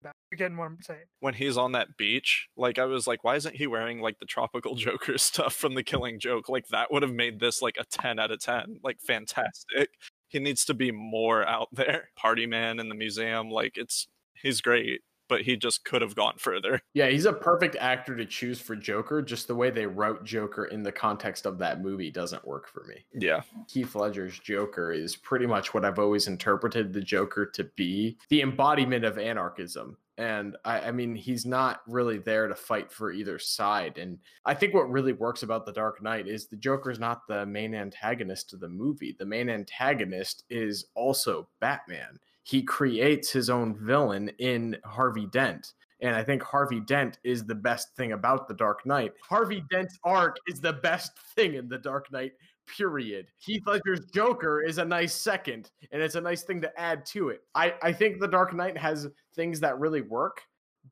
S4: about. You're getting what I'm saying?
S3: When he's on that beach, like I was like, why isn't he wearing like the tropical Joker stuff from the Killing Joke? Like that would have made this like a 10 out of 10. Like fantastic. He needs to be more out there. Party man in the museum, like it's he's great, but he just could have gone further.
S1: Yeah, he's a perfect actor to choose for Joker. Just the way they wrote Joker in the context of that movie doesn't work for me.
S3: Yeah.
S1: Keith Ledger's Joker is pretty much what I've always interpreted the Joker to be the embodiment of anarchism. And I, I mean, he's not really there to fight for either side. And I think what really works about The Dark Knight is the Joker is not the main antagonist of the movie. The main antagonist is also Batman. He creates his own villain in Harvey Dent. And I think Harvey Dent is the best thing about The Dark Knight. Harvey Dent's arc is the best thing in The Dark Knight, period. Heath Ledger's Joker is a nice second, and it's a nice thing to add to it. I, I think The Dark Knight has things that really work,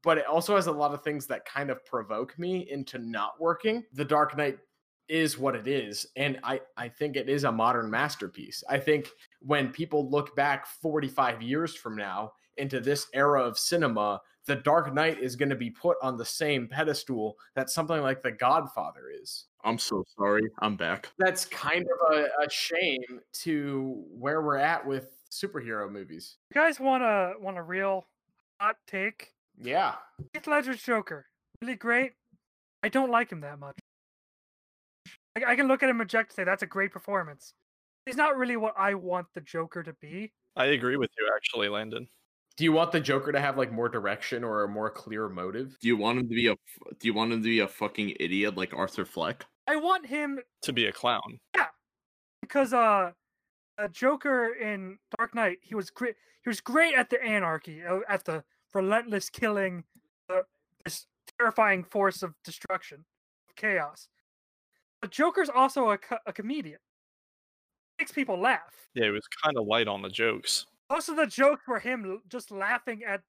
S1: but it also has a lot of things that kind of provoke me into not working. The Dark Knight is what it is and i i think it is a modern masterpiece i think when people look back 45 years from now into this era of cinema the Dark Knight is going to be put on the same pedestal that something like The Godfather is.
S2: I'm so sorry. I'm back.
S1: That's kind of a, a shame to where we're at with superhero movies.
S4: You guys want a want a real hot take?
S1: Yeah.
S4: Heath Ledger's Joker, really great. I don't like him that much. I, I can look at him objectively. say that's a great performance. He's not really what I want the Joker to be.
S3: I agree with you, actually, Landon.
S1: Do you want the Joker to have like more direction or a more clear motive?
S2: Do you want him to be a Do you want him to be a fucking idiot like Arthur Fleck?
S4: I want him
S3: To be a clown.
S4: because uh, uh Joker in Dark Knight, he was great. He was great at the anarchy, uh, at the relentless killing, the this terrifying force of destruction, of chaos. But Joker's also a, co- a comedian. Makes people laugh.
S3: Yeah, he was kind of light on the jokes.
S4: Most of the jokes were him l- just laughing at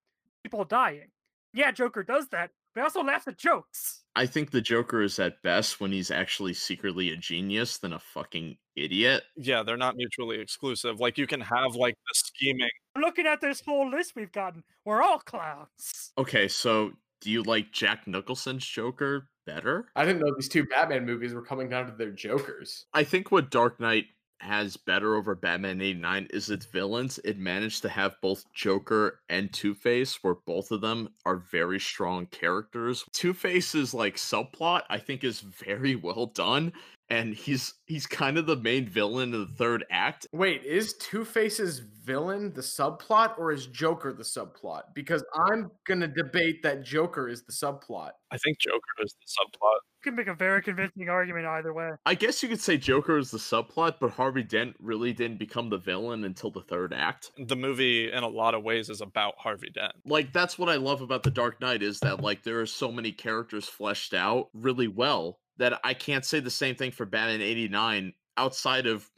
S4: people dying. Yeah, Joker does that, but he also laughs at jokes.
S2: I think the Joker is at best when he's actually secretly a genius than a fucking idiot.
S3: Yeah, they're not mutually exclusive. Like you can have like the scheming.
S4: Looking at this whole list we've gotten, we're all clowns.
S2: Okay, so do you like Jack Nicholson's Joker better?
S1: I didn't know these two Batman movies were coming down to their Jokers.
S2: I think what Dark Knight has better over Batman 89 is its villains. It managed to have both Joker and Two Face, where both of them are very strong characters. Two Face's like subplot, I think, is very well done. And he's he's kind of the main villain in the third act.
S1: Wait, is Two Face's villain the subplot or is Joker the subplot? Because I'm going to debate that Joker is the subplot.
S3: I think Joker is the subplot.
S4: You can make a very convincing argument either way.
S2: I guess you could say Joker is the subplot, but Harvey Dent really didn't become the villain until the third act.
S3: The movie, in a lot of ways, is about Harvey Dent.
S2: like that's what I love about the Dark Knight is that like there are so many characters fleshed out really well that I can't say the same thing for Batman 89 outside of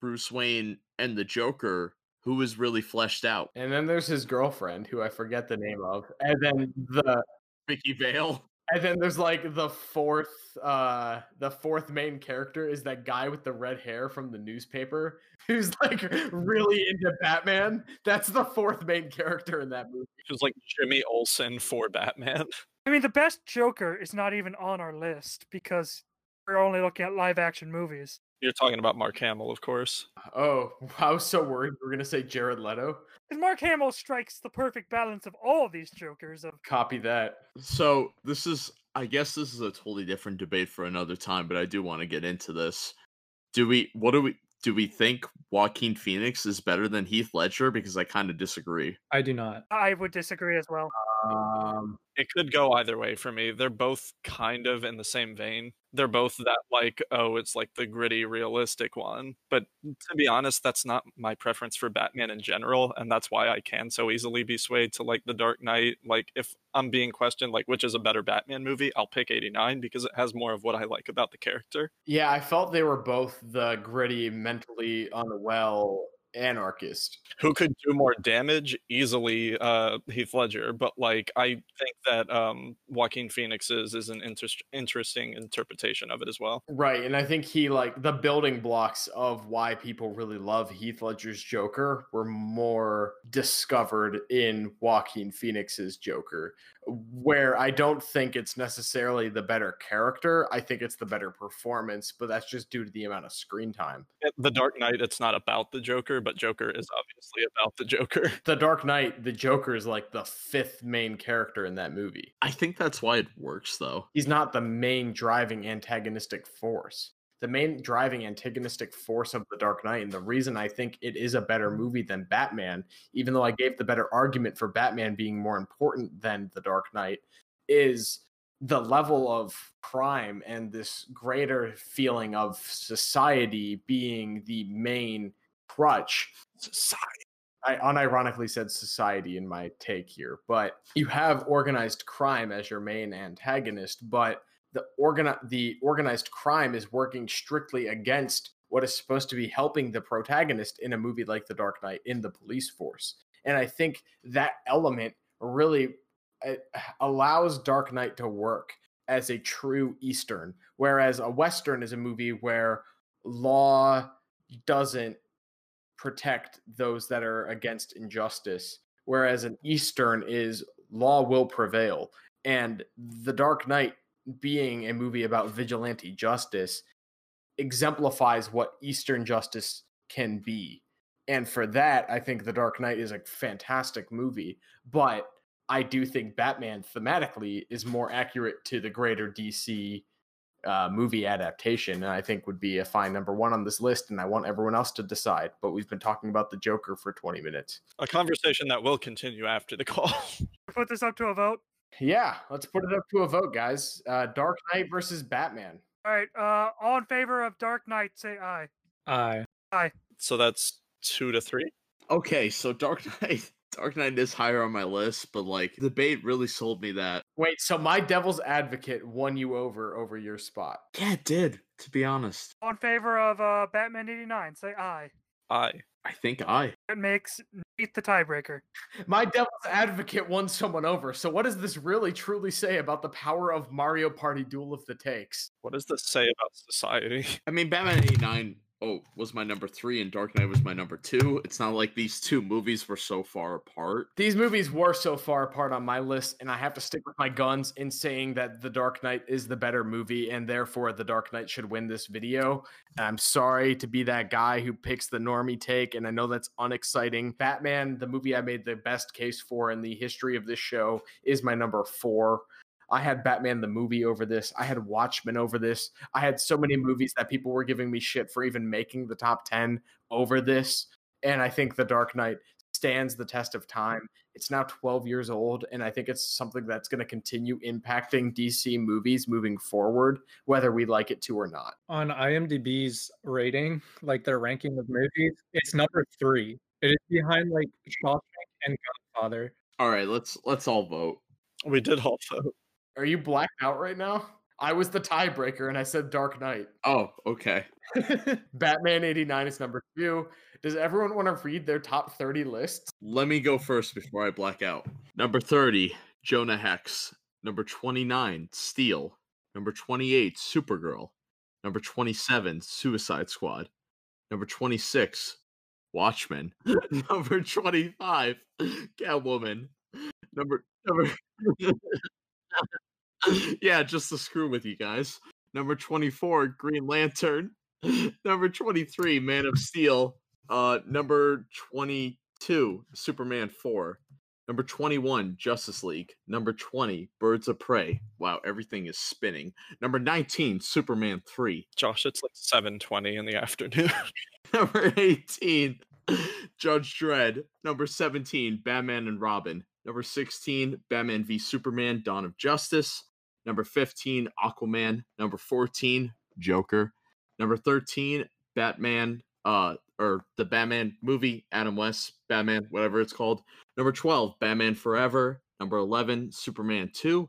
S2: Bruce Wayne and the Joker who is really fleshed out.
S1: And then there's his girlfriend who I forget the name of. And then the
S2: Vicky Vale.
S1: and then there's like the fourth uh the fourth main character is that guy with the red hair from the newspaper who's like really into batman that's the fourth main character in that movie
S3: It was like Jimmy Olsen for Batman.
S4: I mean, the best Joker is not even on our list because we're only looking at live action movies.
S3: You're talking about Mark Hamill, of course.
S1: oh i was so worried we were gonna say jared leto
S4: And Mark Hamill strikes the perfect balance of all of these Jokers. Of
S1: copy that
S2: So this is I guess this is a totally different debate for another time, but I do want to get into this. Do we what do we do we think Joaquin Phoenix is better than Heath Ledger? Because I kind of disagree.
S5: I do not.
S4: I would disagree as well.
S1: um
S3: It could go either way for me. They're both kind of in the same vein. They're both that, like, oh, it's like the gritty, realistic one. But to be honest, that's not my preference for Batman in general. And that's why I can so easily be swayed to, like, The Dark Knight. Like, if I'm being questioned, like, which is a better Batman movie, I'll pick 89 because it has more of what I like about the character.
S1: Yeah, I felt they were both the gritty, mentally unwell anarchist.
S3: who could do more damage easily uh heath ledger but like i think that um joaquin phoenix's is an inter- interesting interpretation of it as well
S1: Right. And I think he, like, the building blocks of why people really love Heath Ledger's Joker were more discovered in Joaquin Phoenix's Joker, where I don't think it's necessarily the better character. I think it's the better performance, but that's just due to the amount of screen time.
S3: In the dark knight it's not about the joker but joker is obviously about the joker
S1: The Dark Knight, the Joker is like the fifth main character in that movie.
S2: I think that's why it works though.
S1: he's not the main driving antagonistic force. the main driving antagonistic force of the Dark Knight, and the reason I think it is a better movie than Batman, even though I gave the better argument for Batman being more important than the Dark Knight, is the level of crime and this greater feeling of society being the main crutch
S3: Society.
S1: I unironically said society in my take here, but you have organized crime as your main antagonist, but the organi- the organized crime is working strictly against what is supposed to be helping the protagonist in a movie like The Dark Knight in the police force. And I think that element really uh, allows Dark Knight to work as a true Eastern, whereas a Western is a movie where law doesn't protect those that are against injustice, whereas an Eastern is law will prevail. And The Dark Knight, being a movie about vigilante justice, exemplifies what Eastern justice can be. And for that, I think The Dark Knight is a fantastic movie. But I do think Batman thematically is more accurate to the greater DC uh, movie adaptation, and I think would be a fine number one on this list. And I want everyone else to decide. But we've been talking about the Joker for 20 minutes.
S3: A conversation that will continue after the call.
S4: Put this up to a vote.
S1: Yeah, let's put it up to a vote, guys. Uh, Dark Knight versus Batman.
S4: All right. Uh, all in favor of Dark Knight, say aye.
S5: I
S3: so that's two to three.
S2: Okay, so Dark Knight, Dark Knight is higher on my list, but like the debate really sold me that.
S1: Wait, so my devil's advocate won you over over your spot.
S2: Yeah, it did. To be honest,
S4: All in favor of uh, Batman '89, say aye.
S3: Aye.
S2: I think I.
S4: That makes Nate the tiebreaker.
S1: My devil's advocate won someone over. So what does this really truly say about the power of Mario Party Duel of the Takes?
S3: What does this say about society?
S2: I mean, Batman '89. Oh, was my number three, and Dark Knight was my number two. It's not like these two movies were so far apart.
S1: These movies were so far apart on my list, and I have to stick with my guns in saying that The Dark Knight is the better movie, and therefore The Dark Knight should win this video. And I'm sorry to be that guy who picks the normie take, and I know that's unexciting. Batman, the movie I made the best case for in the history of this show, is my number four. I had Batman the movie over this. I had Watchmen over this. I had so many movies that people were giving me shit for even making the top 10 over this. And I think The Dark Knight stands the test of time. It's now 12 years old, and I think it's something that's going to continue impacting DC movies moving forward, whether we like it to or not.
S5: on IMDb's rating, like their ranking of movies, it's number three. It is behind like Shawshank and Godfather.
S2: All right, let's let's all vote.
S3: We did all vote.
S1: Are you blacked out right now? I was the tiebreaker, and I said Dark Knight.
S2: Oh, okay.
S1: Batman 89 is number two. Does everyone want to read their top 30 lists?
S2: Let me go first before I black out. Number 30, Jonah Hex. Number 29, Steel. Number 28, Supergirl. Number 27, Suicide Squad. Number 26, Watchmen. number 25, Catwoman. Number number Yeah, just to screw with you guys. Number 24, Green Lantern. number 23, Man of Steel. Uh, number 22, Superman 4. Number 21, Justice League. Number 20, Birds of Prey. Wow, everything is spinning. Number 19, Superman 3.
S3: Josh, it's like seven twenty in the afternoon.
S2: Number 18, Judge Dredd. Number 17, Batman and Robin. Number 16, Batman v Superman Dawn of Justice. Number 15, Aquaman. Number 14, Joker. Number 13, Batman, uh, or the Batman movie, Adam West, Batman, whatever it's called. Number 12, Batman Forever. Number 11, Superman 2.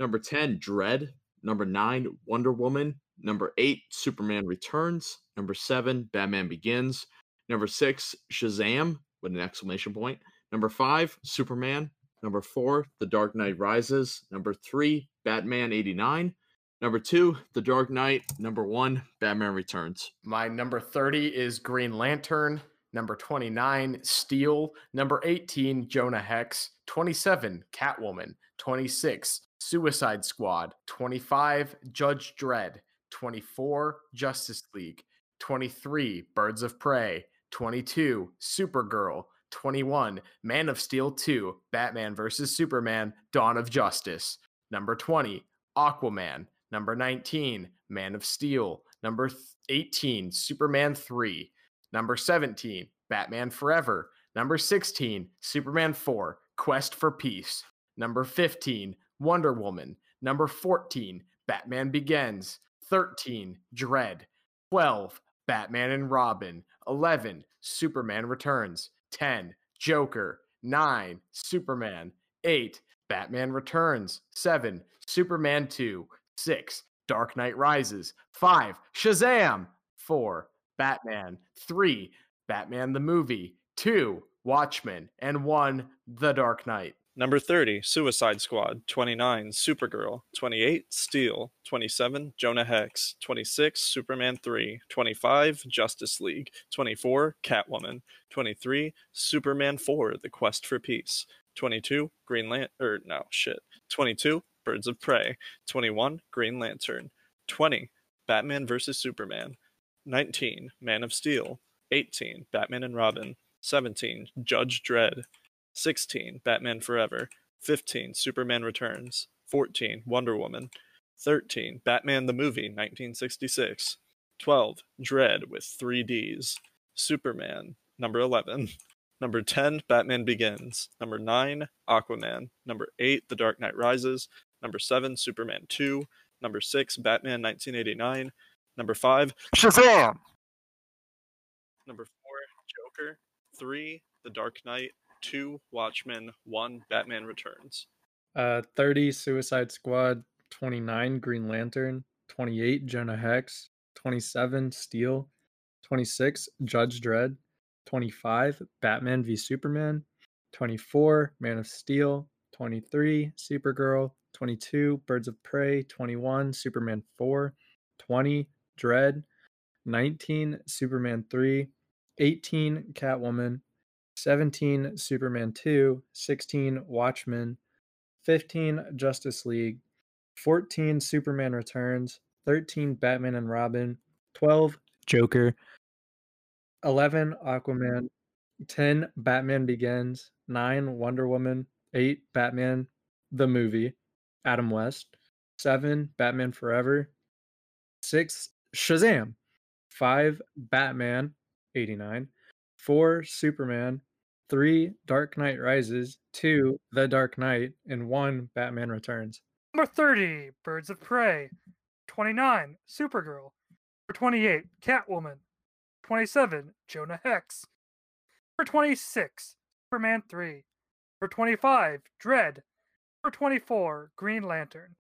S2: Number 10, Dread. Number 9, Wonder Woman. Number 8, Superman Returns. Number 7, Batman Begins. Number 6, Shazam with an exclamation point. Number 5, Superman. Number 4, The Dark Knight Rises. Number 3, Batman 89. Number 2, The Dark Knight. Number 1, Batman Returns.
S1: My number 30 is Green Lantern. Number 29, Steel. Number 18, Jonah Hex. 27, Catwoman. 26, Suicide Squad. 25, Judge Dredd. 24, Justice League. 23, Birds of Prey. 22, Supergirl. 21, Man of Steel 2, Batman vs. Superman, Dawn of Justice. Number 20, Aquaman. Number 19, Man of Steel. Number th- 18, Superman 3. Number 17, Batman Forever. Number 16, Superman 4, Quest for Peace. Number 15, Wonder Woman. Number 14, Batman Begins. 13, Dread. 12, Batman and Robin. 11, Superman Returns. 10, Joker. 9, Superman. 8, Batman Returns. 7, Superman 2. 6, Dark Knight Rises. 5, Shazam. 4, Batman. 3, Batman the Movie. 2, Watchmen. And 1, The Dark Knight.
S3: Number 30, Suicide Squad. 29, Supergirl. 28, Steel. 27, Jonah Hex. 26, Superman 3. 25, Justice League. 24, Catwoman. 23, Superman 4, The Quest for Peace. 22, Green Lantern. Er, no, shit. 22, Birds of Prey. 21, Green Lantern. 20, Batman vs. Superman. 19, Man of Steel. 18, Batman and Robin. 17, Judge Dredd. 16 batman forever 15 superman returns 14 wonder woman 13 batman the movie 1966 12 dread with 3 d's superman number 11 number 10 batman begins number 9 aquaman number 8 the dark knight rises number 7 superman 2 number 6 batman 1989 number 5
S4: Shazam!
S3: number 4 joker 3 the dark knight two Watchmen, one Batman Returns.
S5: Uh, 30 Suicide Squad, 29 Green Lantern, 28 Jonah Hex, 27 Steel, 26 Judge Dredd, 25 Batman v Superman, 24 Man of Steel, 23 Supergirl, 22 Birds of Prey, 21 Superman 4, 20 Dredd, 19 Superman 3, 18 Catwoman, 17 Superman 2, 16 Watchmen, 15 Justice League, 14 Superman Returns, 13 Batman and Robin, 12 Joker, 11 Aquaman, 10 Batman Begins, 9 Wonder Woman, 8 Batman the movie, Adam West, 7 Batman Forever, 6 Shazam, 5 Batman 89, 4 Superman, 3 Dark Knight Rises, 2 The Dark Knight, and 1 Batman Returns.
S4: Number 30, Birds of Prey. 29, Supergirl. Number 28, Catwoman. 27, Jonah Hex. Number 26, Superman 3. Number 25, Dread. Number 24, Green Lantern.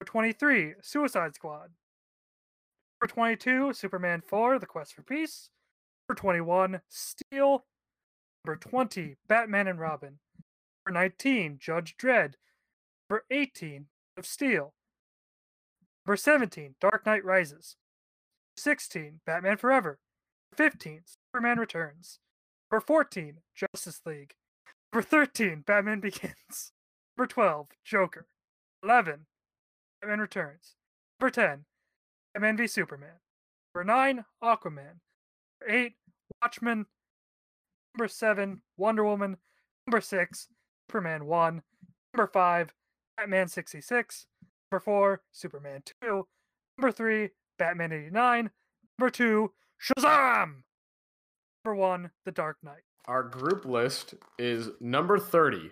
S4: Number 23, Suicide Squad. Number 22, Superman 4, The Quest for Peace. Number 21, Steel. Number 20, Batman and Robin. Number 19, Judge Dredd. Number 18, of Steel. Number 17, Dark Knight Rises. 16, Batman Forever. 15, Superman Returns. Number 14, Justice League. Number 13, Batman Begins. Number 12, Joker. 11, Batman Returns. Number 10, Batman v Superman. Number 9, Aquaman. Number eight, Watchmen. Number seven, Wonder Woman. Number six, Superman one. Number five, Batman sixty six. Number four, Superman two. Number three, Batman eighty nine. Number two, Shazam. Number one, The Dark Knight.
S1: Our group list is number 30,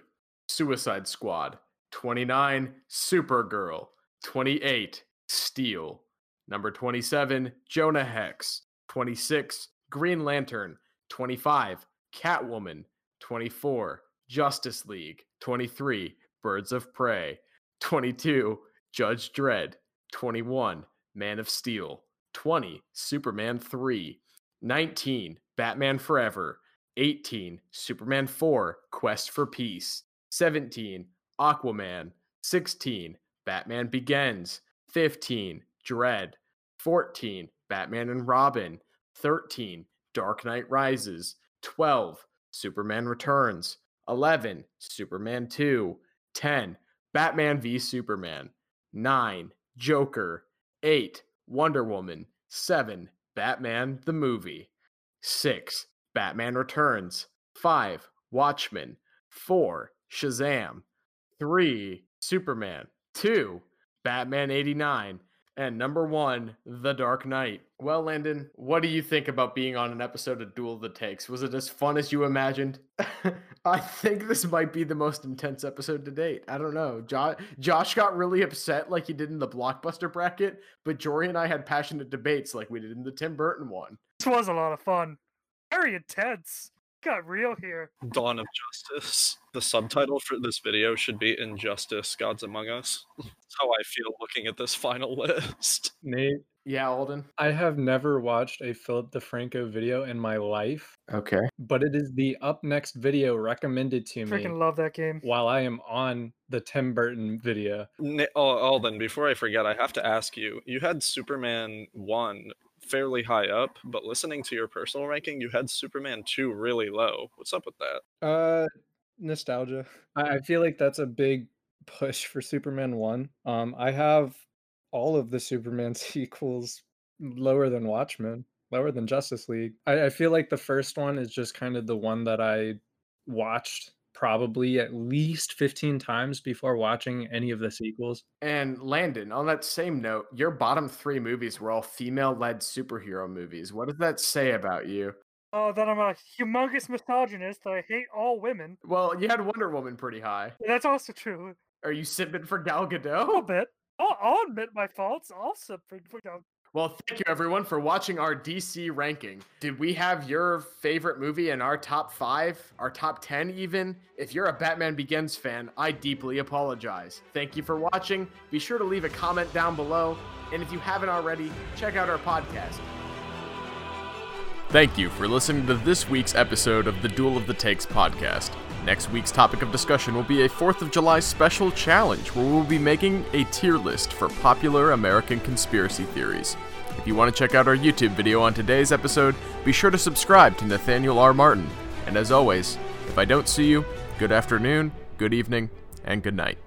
S1: Suicide Squad, 29, Supergirl, 28, Steel, number 27, Jonah Hex, 26, Green Lantern, 25, Catwoman, 24, Justice League, 23, Birds of Prey, 22, Judge Dredd, 21, Man of Steel, 20, Superman 3, 19, Batman Forever, 18, Superman 4, Quest for Peace, 17, Aquaman, 16, Batman Begins, 15, Dread, 14, Batman and Robin, 13, Dark Knight Rises, 12, Superman Returns, 11, Superman 2, 10, Batman v Superman, 9, Joker, 8, Wonder Woman, 7, Batman the Movie, 6, Batman Returns, 5, Watchmen, 4, Shazam, 3, Superman, 2, Batman 89, And number one, The Dark Knight. Well, Landon, what do you think about being on an episode of Duel of the Takes? Was it as fun as you imagined? I think this might be the most intense episode to date. I don't know. Jo- Josh got really upset like he did in the blockbuster bracket, but Jory and I had passionate debates like we did in the Tim Burton one.
S4: This was a lot of fun. Very intense. Got real here.
S3: Dawn of Justice. The subtitle for this video should be Injustice Gods Among Us. That's how I feel looking at this final list.
S5: Nate,
S1: Yeah, Alden.
S5: I have never watched a Philip DeFranco video in my life,
S1: Okay.
S5: but it is the up next video recommended to me
S4: Freaking love that game.
S5: while I am on the Tim Burton video.
S3: Na- Al- Alden, oh, before I forget, I have to ask you. You had Superman 1 fairly high up, but listening to your personal ranking, you had Superman 2 really low. What's up with that?
S5: Uh, nostalgia. I, I feel like that's a big push for Superman One. Um, I have all of the Superman sequels lower than Watchmen, lower than Justice League. I, I feel like the first one is just kind of the one that I watched probably at least 15 times before watching any of the sequels.
S1: And Landon, on that same note, your bottom three movies were all female led superhero movies. What does that say about you?
S4: Oh, that I'm a humongous misogynist that I hate all women.
S1: Well, you had Wonder Woman pretty high.
S4: That's also true.
S1: Are you sipping for Gal
S4: A little
S1: Gadot?
S4: bit. I'll, I'll admit my faults. Also, for, for, you know,
S1: Well, thank you everyone for watching our DC ranking. Did we have your favorite movie in our top five, our top 10 even? If you're a Batman Begins fan, I deeply apologize. Thank you for watching. Be sure to leave a comment down below. And if you haven't already, check out our podcast.
S6: Thank you for listening to this week's episode of the Duel of the Takes podcast. Next week's topic of discussion will be a 4th of July special challenge where we'll be making a tier list for popular American conspiracy theories. If you want to check out our YouTube video on today's episode, be sure to subscribe to Nathaniel R. Martin. And as always, if I don't see you, good afternoon, good evening, and good night.